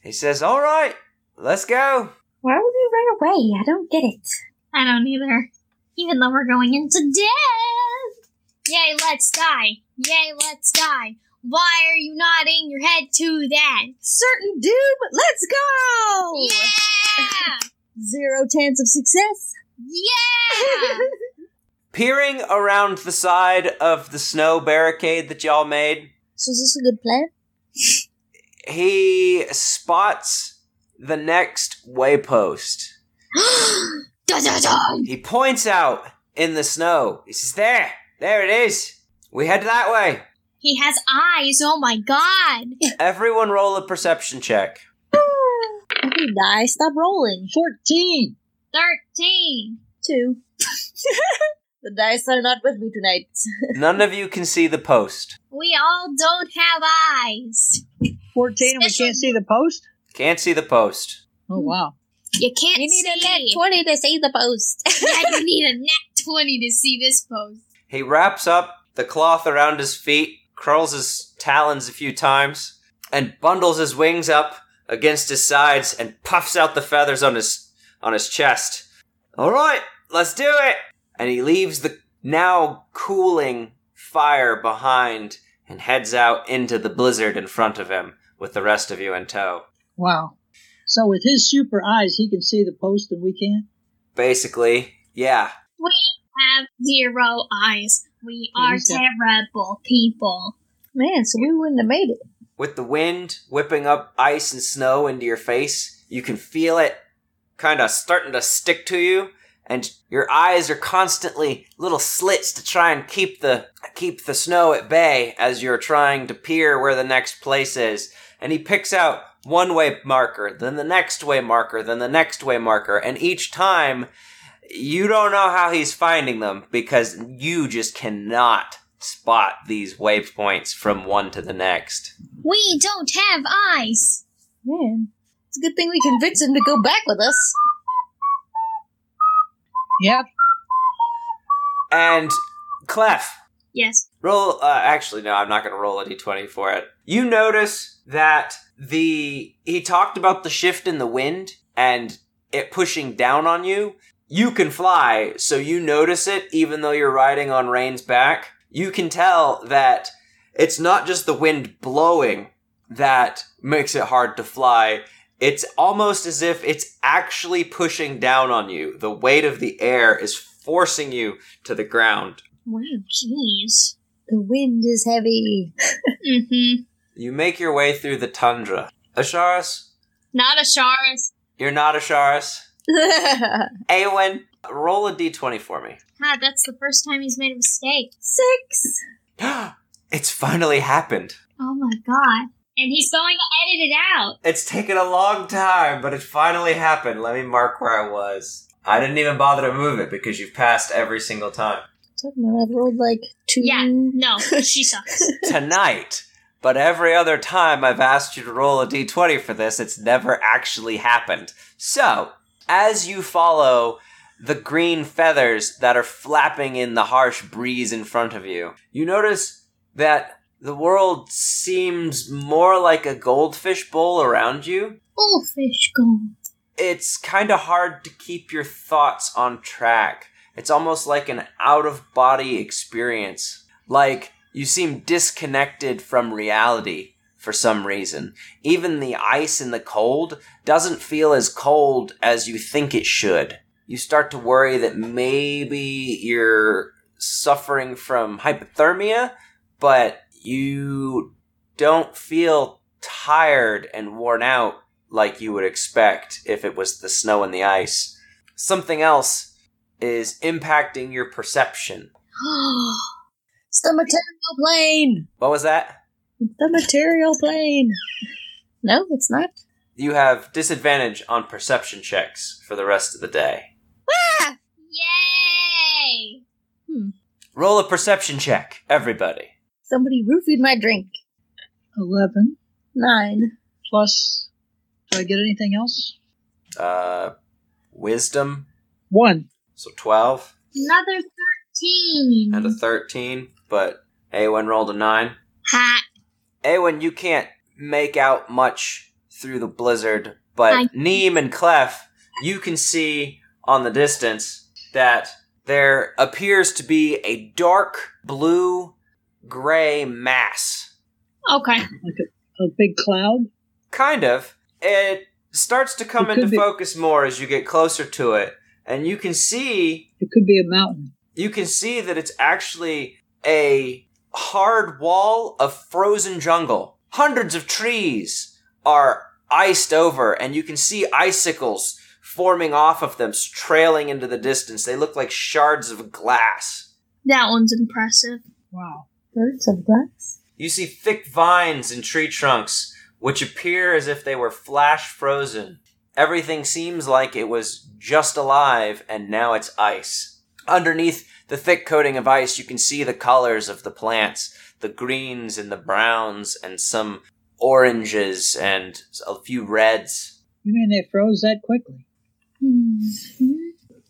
Speaker 2: he says, "All right, let's go."
Speaker 1: Why would we run away? I don't get it.
Speaker 5: I don't either. Even though we're going into death. Yay, let's die. Yay, let's die. Why are you nodding your head to that?
Speaker 1: Certain doom. Let's go. [LAUGHS]
Speaker 5: Yeah!
Speaker 1: Zero chance of success. [LAUGHS]
Speaker 5: Yeah!
Speaker 2: peering around the side of the snow barricade that y'all made,
Speaker 1: So is this a good plan?
Speaker 2: he spots the next waypost.
Speaker 5: da, da, da.
Speaker 2: He points out in the snow. He says, "There, there it is. We head that way."
Speaker 5: He has eyes. Oh
Speaker 1: [LAUGHS]
Speaker 5: my god.
Speaker 2: Everyone, roll a perception check.
Speaker 1: Okay, die. Stop rolling.
Speaker 4: Fourteen.
Speaker 5: 13.
Speaker 1: Two. [LAUGHS] the dice are not with me tonight.
Speaker 2: None of you can see the post.
Speaker 5: We all don't have eyes.
Speaker 4: Fourteen, and we
Speaker 5: Special-
Speaker 4: can't see the post.
Speaker 2: Can't see the post.
Speaker 4: Oh wow!
Speaker 5: You can't
Speaker 1: You need a net
Speaker 5: see.
Speaker 1: twenty to save the post. [LAUGHS]
Speaker 5: yeah, you need a nat 20 to see this post.
Speaker 2: He wraps up the cloth around his feet, curls his talons a few times, and bundles his wings up against his sides and puffs out the feathers on his on his chest. All right, let's do it. And he leaves the now cooling fire behind and heads out into the blizzard in front of him with the rest of you in tow.
Speaker 4: Wow. So with his super eyes, he can see the post, and we can't.
Speaker 2: Basically, yeah.
Speaker 5: Have zero eyes. We are
Speaker 4: He's a-
Speaker 5: terrible people.
Speaker 1: Man, so we wouldn't have made it.
Speaker 2: with the wind whipping up ice and snow into your face, you can feel it kind of starting to stick to you, and your eyes are constantly little slits to try and keep the keep the snow at bay as you're trying to peer where the next place is. And he picks out one way marker, then the next way marker, then the next way marker, and each time you don't know how he's finding them because you just cannot spot these waypoints from one to the next.
Speaker 5: We don't have eyes.
Speaker 1: Man, it's a good thing we convinced him to go back with us.
Speaker 4: Yep.
Speaker 2: And Clef,
Speaker 5: Yes.
Speaker 2: roll. Uh, actually, no, I'm not going to roll a d20 for it. You notice that the he talked about the shift in the wind and it pushing down on you. You can fly, so you notice it, even though you're riding on Rain's back. You can tell that it's not just the wind blowing that makes it hard to fly. It's almost as if it's actually pushing down on you. The weight of the air is forcing you to the ground.
Speaker 5: Wow, jeez.
Speaker 1: The wind is heavy.
Speaker 5: Mm-hmm.
Speaker 2: You make your way through the tundra. Asharis?
Speaker 5: Not a Sharis.
Speaker 2: You're not Asharis.
Speaker 1: Wait,
Speaker 2: Awen? Roll a d20 for me. [GASPS]
Speaker 5: God, that's the first time he's made a mistake.
Speaker 1: Six.
Speaker 2: it's finally happened.
Speaker 5: Oh my god. And he's going to edit it out.
Speaker 2: It's taken a long time, but it finally happened. Let me mark where I was. I didn't even bother to move it because you've passed every single time.
Speaker 1: Talking about, I've rolled like two.
Speaker 5: Yeah, no, she
Speaker 1: [LAUGHS]
Speaker 5: sucks.
Speaker 2: Tonight, but every other time I've asked you to roll a d20 for this, it's never actually happened. So, as you follow the green feathers that are flapping in the harsh breeze in front of you, you notice that the world seems more like a goldfish bowl around you.
Speaker 5: Bullfish gold.
Speaker 1: [GASPS]
Speaker 2: It's kind of hard to keep your thoughts on track. It's almost like an out of body experience. Like you seem disconnected from reality for some reason. Even the ice and the cold doesn't feel as cold as you think it should. You start to worry that maybe you're suffering from hypothermia, but you don't feel tired and worn out like you would expect if it was the snow and the ice. Something else is impacting your perception.
Speaker 1: It's the material plane.
Speaker 2: What was that?
Speaker 1: It's the material plane. No, it's not.
Speaker 2: You have disadvantage on perception checks for the rest of the day.
Speaker 5: Ah, Yay!
Speaker 2: Roll a perception check, everybody.
Speaker 1: Somebody roofied my drink.
Speaker 4: 11
Speaker 1: Nine.
Speaker 4: plus. Do I get anything else?
Speaker 2: Uh, wisdom,
Speaker 4: One.
Speaker 2: so 12
Speaker 5: Another 13.
Speaker 2: and a 13, but Awen rolled a 9.
Speaker 5: Ha!
Speaker 2: Awen, you can't make out much through the blizzard, but
Speaker 5: I-
Speaker 2: Neem and Clef, you can see on the distance that there appears to be a dark blue gray mass.
Speaker 5: Okay.
Speaker 4: A big cloud?
Speaker 2: Kind of. It starts to come
Speaker 4: It could
Speaker 2: into
Speaker 4: be-
Speaker 2: focus more as you get closer to it, and you can see
Speaker 4: It could be a mountain.
Speaker 2: you can see that it's actually a hard wall of frozen jungle. Hundreds of trees are iced over, and you can see icicles forming off of them, s- trailing into the distance. They look like shards of glass.
Speaker 5: That one's impressive.
Speaker 4: Wow.
Speaker 1: Birds of glass.
Speaker 2: You see thick vines and tree trunks, which appear as if they were flash frozen. Everything seems like it was just alive, and now it's ice. Underneath the thick coating of ice, you can see the colors of the plants the greens and the browns, and some oranges and a few reds.
Speaker 4: You mean they froze that quickly?
Speaker 5: Mhm.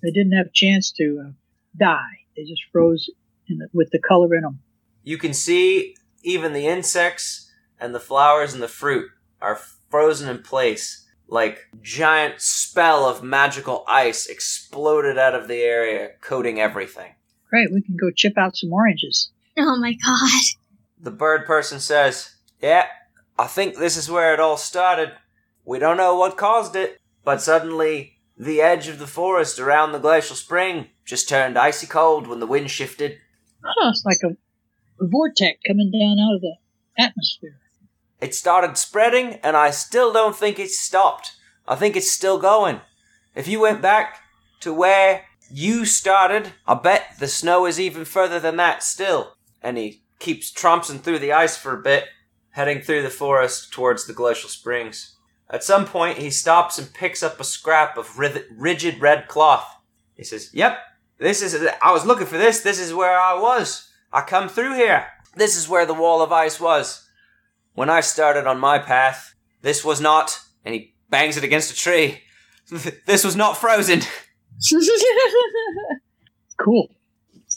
Speaker 4: They didn't have a chance to uh, die. They just froze in the, with the color in them.
Speaker 2: You can see even the insects and the flowers and the fruit are frozen in place like giant spell of magical ice exploded out of the area coating everything.
Speaker 4: Great, we can go chip out some oranges.
Speaker 5: Oh my god.
Speaker 2: The bird person says, "Yeah, I think this is where it all started. We don't know what caused it, but suddenly the edge of the forest around the glacial spring just turned icy cold when the wind shifted.
Speaker 4: It's like a, a vortex coming down out of the atmosphere.
Speaker 2: It started spreading, and I still don't think it's stopped. I think it's still going. If you went back to where you started, I bet the snow is even further than that still. And he keeps tromping through the ice for a bit, heading through the forest towards the glacial springs. At some point, he stops and picks up a scrap of rith- rigid red cloth. He says, Yep, this is. I was looking for this. This is where I was. I come through here. This is where the wall of ice was. When I started on my path, this was not. And he bangs it against a tree. [LAUGHS] this was not frozen.
Speaker 4: Cool.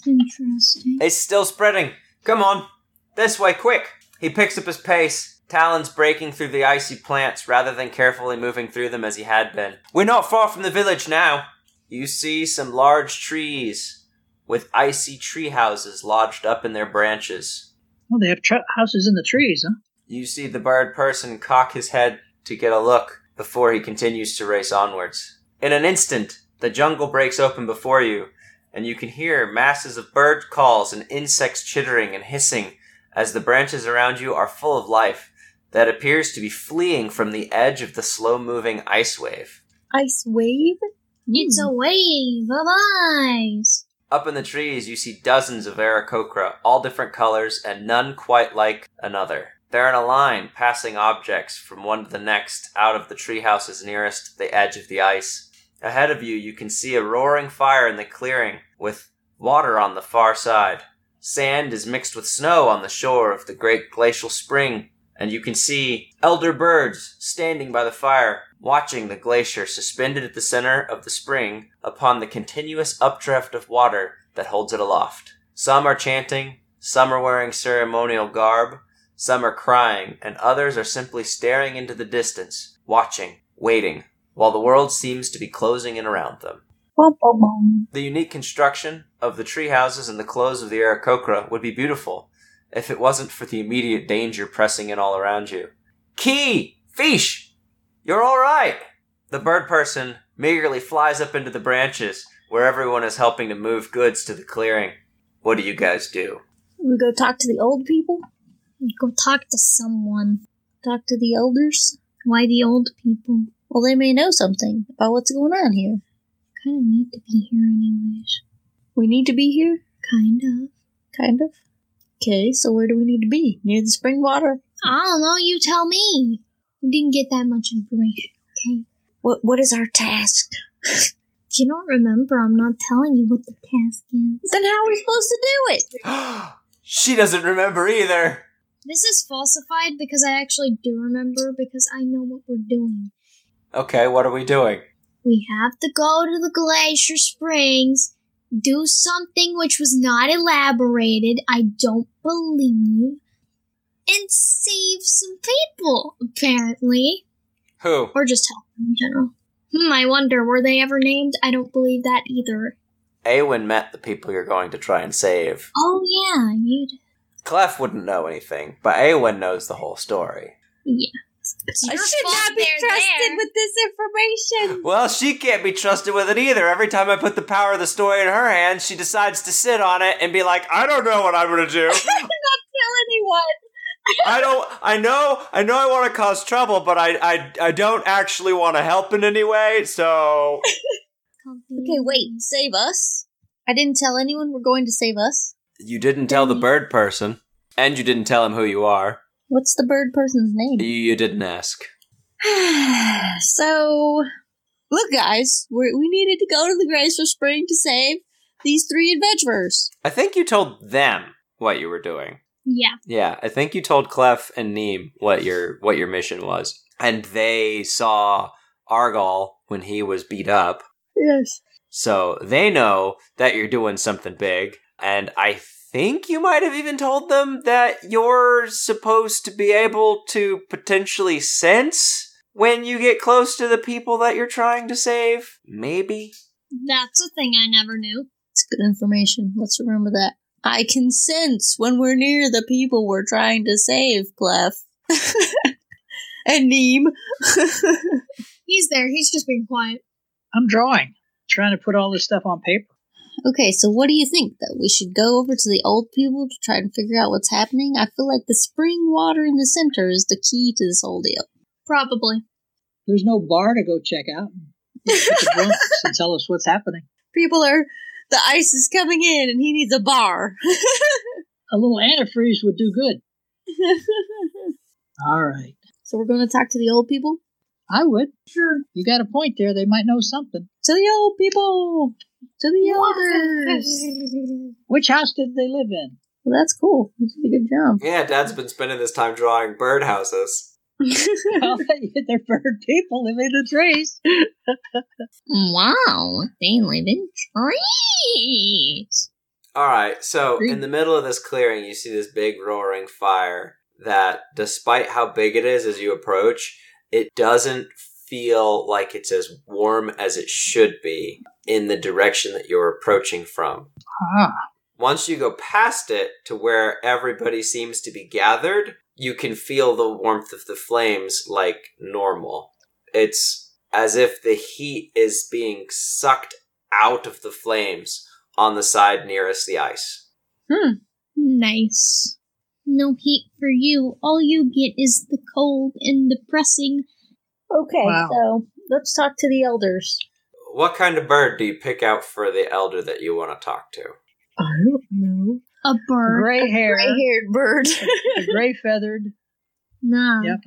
Speaker 5: Interesting.
Speaker 2: It's still spreading. Come on. This way, quick. He picks up his pace, talons breaking through the icy plants rather than carefully moving through them as he had been. We're not far from the village now. You see some large trees with icy tree houses lodged up in their branches.
Speaker 4: Well, they have tr- houses in the trees, huh?
Speaker 2: You see the barred person cock his head to get a look before he continues to race onwards. In an instant, the jungle breaks open before you, and you can hear masses of bird calls and insects chittering and hissing as the branches around you are full of life that appears to be fleeing from the edge of the slow moving ice wave.
Speaker 1: Ice wave. Hmm.
Speaker 5: It's a wave of eyes.
Speaker 2: Up in the trees, you see dozens of Aarakocra, all different colors and none quite like another. They're in a line, passing objects from one to the next out of the tree houses nearest the edge of the ice. Ahead of you, you can see a roaring fire in the clearing, with water on the far side. Sand is mixed with snow on the shore of the great glacial spring, and you can see elder birds standing by the fire, watching the glacier suspended at the center of the spring upon the continuous updraft of water that holds it aloft. Some are chanting, some are wearing ceremonial garb, some are crying, and others are simply staring into the distance, watching, waiting, while the world seems to be closing in around them.
Speaker 1: Bum, bum, bum.
Speaker 2: The unique construction of the tree houses and the clothes of the Aarakocra would be beautiful if it wasn't for the immediate danger pressing in all around you. Key! Fish! You're alright! The bird person meagerly flies up into the branches where everyone is helping to move goods to the clearing. What do you guys do? [GASPS]
Speaker 1: We go talk to the old people.
Speaker 5: Go talk to someone.
Speaker 1: Talk to the elders.
Speaker 5: Why the old people?
Speaker 1: Well, they may know something about what's going on here.
Speaker 5: Kinda need to be here anyways.
Speaker 1: We need to be here,
Speaker 5: Kind of.
Speaker 1: kind of. Okay, so where do we need to be? Near the [LAUGHS] spring water.
Speaker 5: I don't know, you tell me. We didn't get that much information, okay?
Speaker 1: What What is our task?
Speaker 5: If you don't remember, I'm not telling you what the task is.
Speaker 1: Then how are we supposed to do it?
Speaker 2: she doesn't remember either!
Speaker 5: This is falsified because I actually do remember because I know what we're doing.
Speaker 2: Okay, what are we doing?
Speaker 5: We have to go to the Glacier Springs, do something which was not elaborated, I don't believe, and save some people, apparently.
Speaker 2: Who?
Speaker 5: Or just help them in general. Hmm, I wonder, were they ever named? I don't believe that either.
Speaker 2: Awen met the people you're going to try and save.
Speaker 5: Oh, yeah, you did.
Speaker 2: Clef wouldn't know anything, but Awen knows the whole story.
Speaker 5: It's
Speaker 1: I
Speaker 5: your
Speaker 1: should
Speaker 5: fault
Speaker 1: not be
Speaker 5: they're
Speaker 1: trusted
Speaker 5: there.
Speaker 1: with this
Speaker 5: [LAUGHS]
Speaker 1: information.
Speaker 2: Well, she can't be trusted with it either. Every time I put the power of the story in her hands, she decides to sit on it and be like, "I don't know what I'm going to [LAUGHS] do.
Speaker 1: Tell anyone.
Speaker 2: I don't. I know. I know. I want to cause trouble, but I, I, I don't actually want to help in any way. So,
Speaker 1: Okay, wait. Save us. I didn't tell anyone we're going to save us.
Speaker 2: [LAUGHS] you didn't tell the bird person, and you didn't tell him who you are.
Speaker 1: What's the bird person's
Speaker 2: You,
Speaker 1: name?
Speaker 2: you didn't ask.
Speaker 1: [SIGHS] so, look, guys, we we needed to go to the Graceful Spring to save these three adventurers.
Speaker 2: I think you told them what you were doing.
Speaker 5: Yeah.
Speaker 2: Yeah, I think you told Clef and Neem what your what your mission was, and they saw Argal when he was beat up.
Speaker 1: Yes.
Speaker 2: So they know that you're doing something big. And I think you might have even told them that you're supposed to be able to potentially sense when you get close to the people that you're trying to save. Maybe.
Speaker 5: That's a thing I never knew.
Speaker 1: It's good information. Let's remember that. I can sense when we're near the people we're trying to save, Clef. [LAUGHS] and Neem.
Speaker 5: He's there. He's just being quiet.
Speaker 4: I'm drawing, trying to put all this stuff on paper.
Speaker 1: okay, so what do you think, though? We should go over to the old people to try and figure out what's happening? I feel like the spring water in the center is the key to this whole deal.
Speaker 5: Probably.
Speaker 4: There's no bar to go check out and get the drunks and tell us what's happening.
Speaker 1: People are. The ice is coming in and he needs a bar. [LAUGHS]
Speaker 4: A little antifreeze would do good. All right.
Speaker 1: so we're going to talk to the old people?
Speaker 4: I would. Sure. You got a point there. They might know something.
Speaker 1: To the old people! To the elders!
Speaker 4: Which house did they live in?
Speaker 1: Well, that's cool. You did a good job.
Speaker 2: Yeah, Dad's been spending this time drawing birdhouses.
Speaker 4: Well, [LAUGHS] they're bird people living in the trees.
Speaker 5: [LAUGHS] Wow, they live in trees.
Speaker 2: All right, so
Speaker 4: Big-
Speaker 2: in the middle of this clearing, you see this big roaring fire that, despite how big it is as you approach, it doesn't feel like it's as warm as it should be in the direction that you're approaching from.
Speaker 4: Ah,
Speaker 2: Once you go past it to where everybody seems to be gathered, you can feel the warmth of the flames like normal. It's as if the heat is being sucked out of the flames on the side nearest the ice.
Speaker 5: Nice. No heat for you. All you get is the cold and the pressing.
Speaker 1: Okay,
Speaker 4: Wow.
Speaker 1: so let's talk to the elders.
Speaker 2: What kind of bird do you pick out for the elder that you want to talk to?
Speaker 1: I don't know.
Speaker 5: A bird.
Speaker 4: Gray hair,
Speaker 1: Gray haired [LAUGHS] bird.
Speaker 4: gray feathered.
Speaker 5: Nah.
Speaker 4: Yep.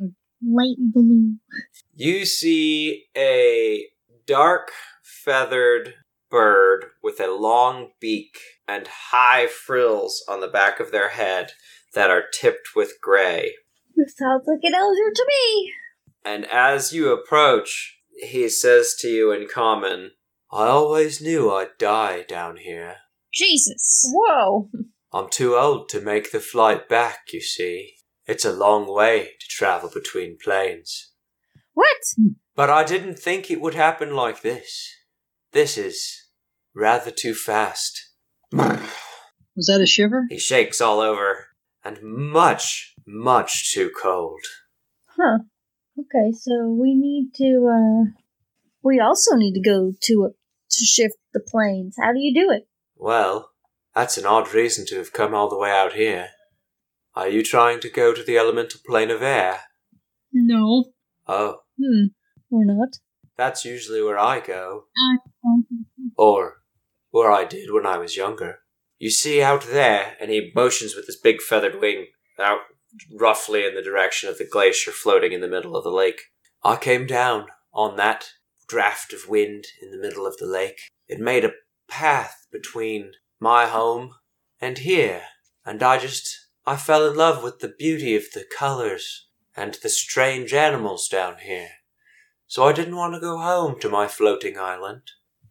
Speaker 5: Light blue.
Speaker 2: You see a dark feathered bird with a long beak and high frills on the back of their head that are tipped with gray.
Speaker 1: This sounds like an elder to me.
Speaker 2: And as you approach, he says to you in common, I always knew I'd die down here.
Speaker 5: Jesus.
Speaker 1: Whoa.
Speaker 2: I'm too old to make the flight back, you see. It's a long way to travel between planes.
Speaker 1: What?
Speaker 2: But I didn't think it would happen like this. This is rather too fast.
Speaker 4: Was that a shiver?
Speaker 2: He shakes all over, and much, much too cold.
Speaker 1: Huh. Okay, so we need to. uh We also need to go to to shift the planes. How do you do it?
Speaker 2: Well, that's an odd reason to have come all the way out here. Are you trying to go to the elemental plane of air?
Speaker 5: No.
Speaker 2: Oh,
Speaker 1: Hmm. We're not.
Speaker 2: that's usually where I go.
Speaker 5: Oh,
Speaker 2: Or where I did when I was younger. You see out there, and he motions with his big feathered wing out roughly in the direction of the glacier floating in the middle of the lake. I came down on that draft of wind in the middle of the lake. It made a path between my home and here, and I just I fell in love with the beauty of the colors and the strange animals down here. So I didn't want to go home to my floating island.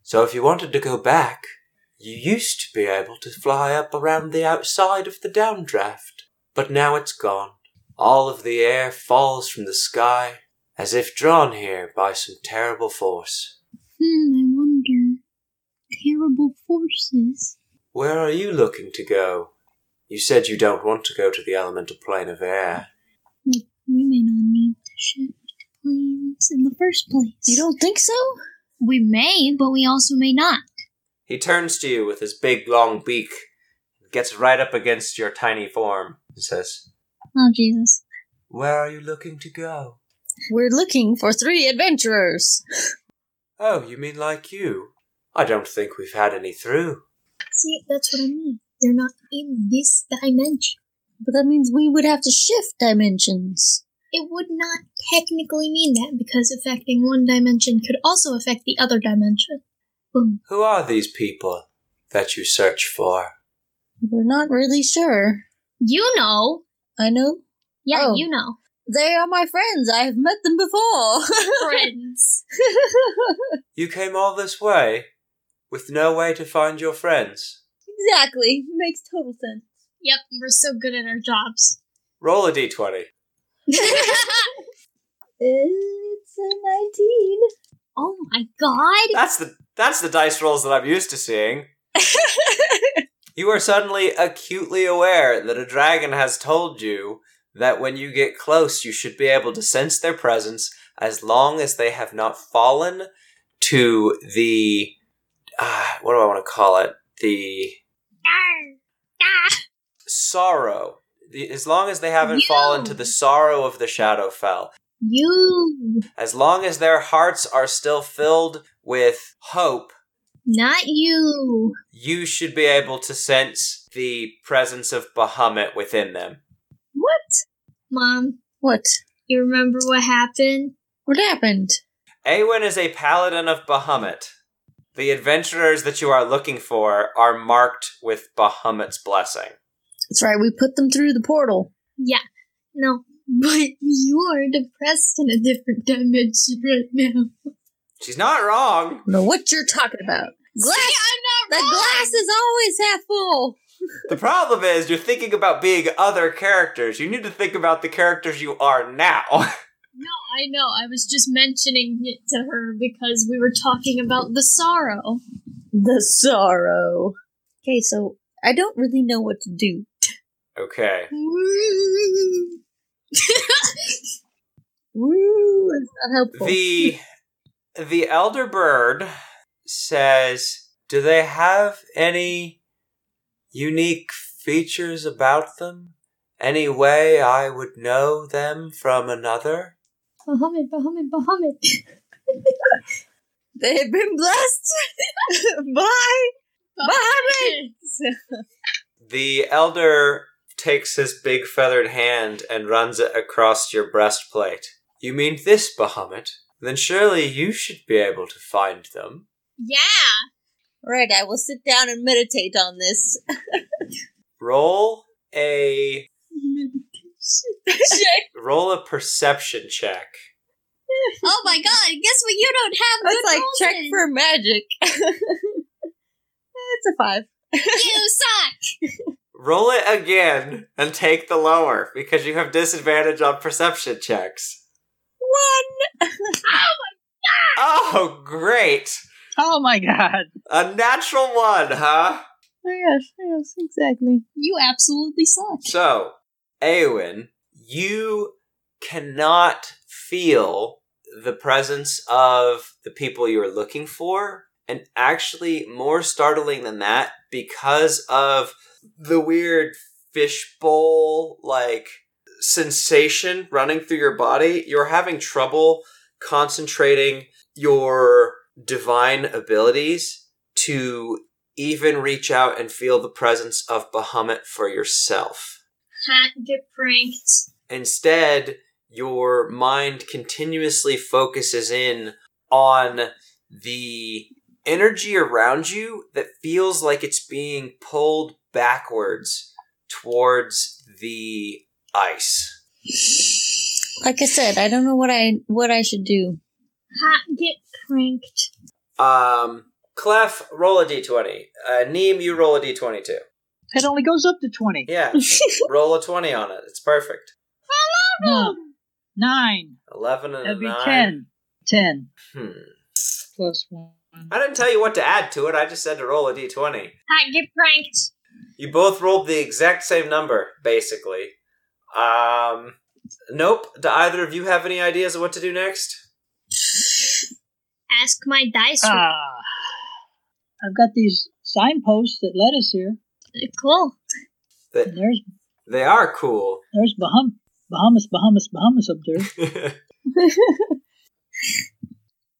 Speaker 2: So if you wanted to go back, you used to be able to fly up around the outside of the downdraft, but now it's gone. All of the air falls from the sky as if drawn here by some terrible force.
Speaker 5: Hmm, I wonder. Terrible forces.
Speaker 2: Where are you looking to go? You said you don't want to go to the elemental plane of air.
Speaker 5: We may not need to shift planes in the first place.
Speaker 1: You don't think so?
Speaker 5: We may, but we also may not.
Speaker 2: He turns to you with his big long beak, gets right up against your tiny form, and says,
Speaker 5: Oh Jesus.
Speaker 2: Where are you looking to go?
Speaker 1: We're looking for three adventurers.
Speaker 2: Oh, you mean like you? I don't think we've had any through.
Speaker 5: See, that's what I mean. They're not in this dimension.
Speaker 1: But that means we would have to shift dimensions.
Speaker 5: It would not technically mean that because affecting one dimension could also affect the other dimension. Boom.
Speaker 2: Who are these people that you search for?
Speaker 1: We're not really sure.
Speaker 5: You know.
Speaker 1: I know.
Speaker 5: Yeah,
Speaker 1: Oh. [LAUGHS]
Speaker 5: you know.
Speaker 1: They are my friends. I have met them before.
Speaker 5: Friends.
Speaker 2: You came all this way with no way to find your friends.
Speaker 1: [LAUGHS] exactly. Makes total [LAUGHS] sense.
Speaker 5: Yep, we're so good at our jobs.
Speaker 2: Roll a d20.
Speaker 1: It's a 19.
Speaker 5: oh my god.
Speaker 2: That's the that's the dice rolls that I'm used to seeing. you are suddenly acutely aware that a dragon has told you that when you get close you should be able to sense their presence as long as they have not fallen to the uh, what do I want to call it? The
Speaker 5: Ah.
Speaker 2: sorrow. The- As long as they haven't
Speaker 5: You.
Speaker 2: fallen to the sorrow of the Shadowfell.
Speaker 5: You.
Speaker 2: As long as their hearts are still filled with hope,
Speaker 5: Not you.
Speaker 2: you should be able to sense the presence of Bahamut within them.
Speaker 1: What?
Speaker 5: Mom,
Speaker 1: What?
Speaker 5: you remember what happened?
Speaker 1: What happened?
Speaker 2: Awen is a paladin of Bahamut. The adventurers that you are looking for are marked with Bahamut's blessing.
Speaker 1: That's right. We put them through the portal.
Speaker 5: Yeah. No. [LAUGHS] But you're depressed in a different dimension right now.
Speaker 2: She's not wrong.
Speaker 1: Know what you're talking about? Glass.
Speaker 5: See,
Speaker 1: the glass is always half full.
Speaker 2: The problem is you're thinking about being other characters. You need to think about the characters you are now. [LAUGHS]
Speaker 5: No, I know. I was just mentioning it to her because we were talking about the sorrow.
Speaker 1: The sorrow. Okay, so I don't really know what to do.
Speaker 2: okay.
Speaker 1: Woo, that's not helpful.
Speaker 2: the the elder bird says do they have any unique features about them any way i would know them from another
Speaker 5: Bahamut, Bahamut, Bahamut.
Speaker 1: They have been blessed [LAUGHS] by Muhammad.
Speaker 2: The elder takes his big feathered hand and runs it across your breastplate. You mean this, Bahamut? Then surely you should be able to find them.
Speaker 5: Yeah.
Speaker 1: Right, I will sit down and meditate on this.
Speaker 2: Roll a roll a perception check.
Speaker 5: Oh my god, guess what you don't have?
Speaker 1: That's
Speaker 5: good
Speaker 1: like
Speaker 5: rolls
Speaker 1: check
Speaker 5: in?
Speaker 1: for magic. [LAUGHS] it's a five.
Speaker 5: You suck!
Speaker 2: Roll it again and take the lower because you have disadvantage on perception checks.
Speaker 1: One.
Speaker 2: [LAUGHS] Oh, great!
Speaker 4: Oh my god.
Speaker 2: A natural one, huh?
Speaker 1: [LAUGHS] Oh yes, yes, exactly.
Speaker 5: You absolutely suck.
Speaker 2: So, Awen, you cannot feel the presence of the people you are looking for. And actually, more startling than that, because of the weird fishbowl like sensation running through your body, you're having trouble concentrating your divine abilities to even reach out and feel the presence of Bahamut for yourself.
Speaker 5: Can't get pranked.
Speaker 2: Instead, your mind continuously focuses in on the energy around you that feels like it's being pulled backwards towards the ice.
Speaker 1: Like I said, I don't know what I what I should do.
Speaker 5: Can't get pranked.
Speaker 2: Um, Clef, roll a d20. Uh, Neem, you roll a d20 too.
Speaker 4: It only goes up to 20. [LAUGHS]
Speaker 2: Yeah, roll a 20 on it. It's perfect.
Speaker 4: No. Nine.
Speaker 2: 11 and
Speaker 4: That'd
Speaker 2: a
Speaker 4: be
Speaker 2: 9.
Speaker 4: 10. 10
Speaker 2: Hmm.
Speaker 4: plus one.
Speaker 2: I didn't tell you what to add to it, I just said to roll a d20.
Speaker 5: Can't get pranked.
Speaker 2: You both rolled the exact same number, basically. Um, nope. Do either of you have any ideas of what to do next?
Speaker 5: Ask my dice. roll.
Speaker 4: Ah. I've got these signposts that led us here.
Speaker 5: cool.
Speaker 2: That
Speaker 4: And there's
Speaker 2: they are cool. [LAUGHS]
Speaker 4: there's Baham- Bahamas, Bahamas, Bahamas up there.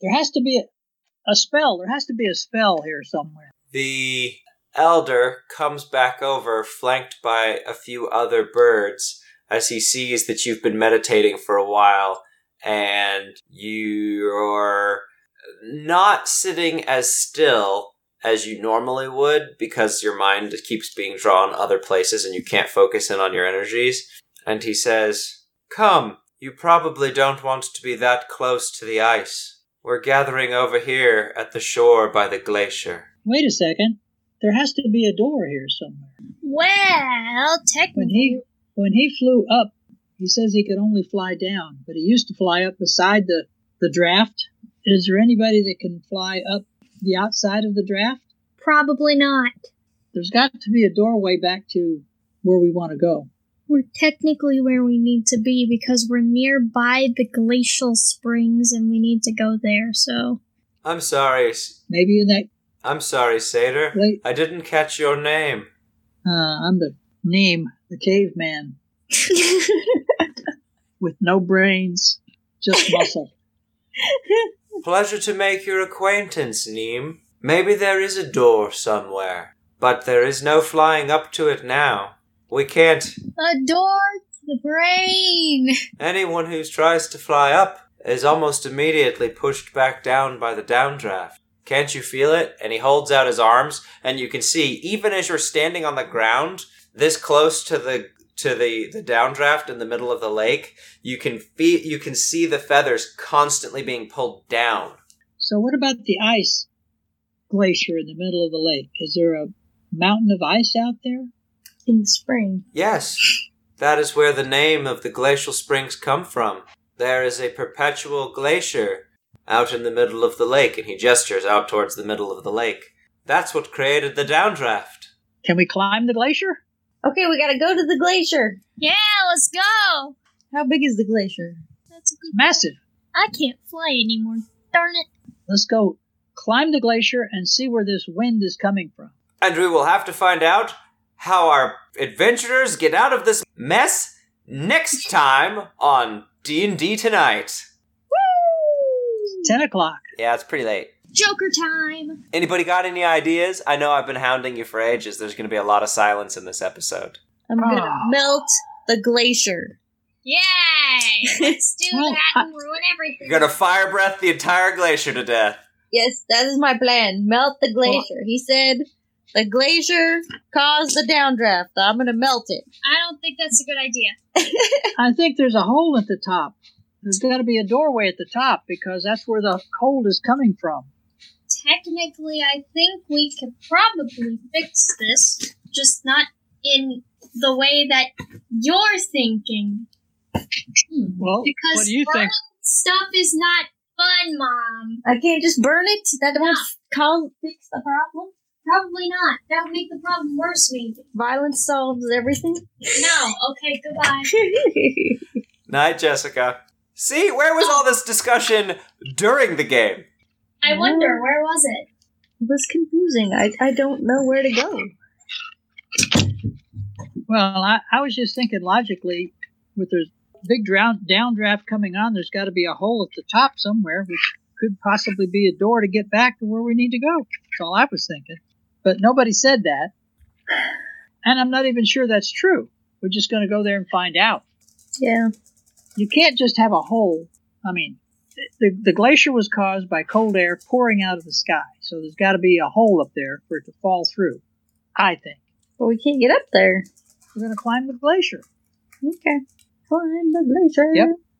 Speaker 4: There has to be a, a spell. There has to be a spell here somewhere.
Speaker 2: the elder comes back over, flanked by a few other birds, as he sees that you've been meditating for a while and you're not sitting as still as you normally would because your mind keeps being drawn other places and you can't focus in on your energies. And he says, Come, you probably don't want to be that close to the ice. We're gathering over here at the shore by the glacier.
Speaker 4: Wait a second. There has to be a door here somewhere.
Speaker 5: Well,
Speaker 4: When
Speaker 5: technically.
Speaker 4: he when he flew up, he says he could only fly down, but he used to fly up beside the the draft. Is there anybody that can fly up the outside of the draft?
Speaker 5: Probably not.
Speaker 4: There's got to be a doorway back to where we want to go.
Speaker 5: We're technically where we need to be because we're nearby the glacial springs and we need to go there, so.
Speaker 2: I'm sorry. S-
Speaker 4: Maybe in that.
Speaker 2: I'm sorry, Seder.
Speaker 4: Wait.
Speaker 2: I didn't catch your name.
Speaker 4: Uh, I'm the name, the caveman with no brains, just muscle.
Speaker 2: Pleasure to make your acquaintance, Neem. Maybe there is a door somewhere, but there is no flying up to it now. We can't.
Speaker 5: [LAUGHS] A door to the brain!
Speaker 2: Anyone who tries to fly up is almost immediately pushed back down by the downdraft. Can't you feel it? And he holds out his arms, and you can see, even as you're standing on the ground, this close to the to the, the downdraft in the middle of the lake, you can feel you can see the feathers constantly being pulled down.
Speaker 4: So, what about the ice glacier in the middle of the lake? Is there a mountain of ice out there?
Speaker 5: In the spring.
Speaker 2: Yes, that is where the name of the glacial springs come from. There is a perpetual glacier out in the middle of the lake, and he gestures out towards the middle of the lake. That's what created the downdraft.
Speaker 4: Can we climb the glacier?
Speaker 1: okay, we gotta go to the glacier.
Speaker 5: Yeah, let's go!
Speaker 1: How big is the glacier?
Speaker 5: That's a good.
Speaker 4: Massive.
Speaker 5: I can't fly anymore. Darn it.
Speaker 4: Let's go climb the glacier and see where this wind is coming from.
Speaker 2: And we will have to find out how our adventurers get out of this mess next time on D&D Tonight.
Speaker 4: 10 o'clock.
Speaker 2: Yeah, it's pretty late.
Speaker 5: Joker time.
Speaker 2: Anybody got any ideas? I know I've been hounding you for ages. There's going to be a lot of silence in this episode.
Speaker 1: I'm gonna
Speaker 4: Ah.
Speaker 1: melt the glacier.
Speaker 5: Yay! Let's do
Speaker 4: Well,
Speaker 5: that and ruin everything.
Speaker 2: You're going to fire breath the entire glacier to death.
Speaker 1: [LAUGHS] Yes, that is my plan. Melt the glacier. He said the glacier caused the downdraft. I'm gonna melt it.
Speaker 5: I don't think that's a good idea.
Speaker 4: I think there's a hole at the top. There's got to be a doorway at the top because that's where the cold is coming from.
Speaker 5: Technically, I think we could probably fix this, just not in the way that you're thinking.
Speaker 4: Well,
Speaker 5: Because
Speaker 4: what do you
Speaker 5: burning
Speaker 4: think?
Speaker 5: stuff is not fun, Mom.
Speaker 1: I can't just burn it. That won't cause fix the problem.
Speaker 5: Probably not. That would make the problem worse, maybe.
Speaker 1: Violence solves everything. [LAUGHS]
Speaker 5: No. Okay, goodbye.
Speaker 2: Night, Jessica. See, where was all this discussion during the game?
Speaker 5: I wonder, where was it?
Speaker 1: It was confusing. I, I don't know where to go.
Speaker 4: Well, I, I was just thinking logically, with the big drown, downdraft coming on, there's got to be a hole at the top somewhere, which could possibly be a door to get back to where we need to go. That's all I was thinking. But nobody said that. And I'm not even sure that's true. We're just going to go there and find out.
Speaker 1: Yeah.
Speaker 4: You can't just have a hole. I mean, the, the glacier was caused by cold air pouring out of the sky. So there's got to be a hole up there for it to fall through, I think.
Speaker 1: But we can't get up there.
Speaker 4: We're going to climb the glacier.
Speaker 1: Okay. Climb the glacier.
Speaker 4: Yep.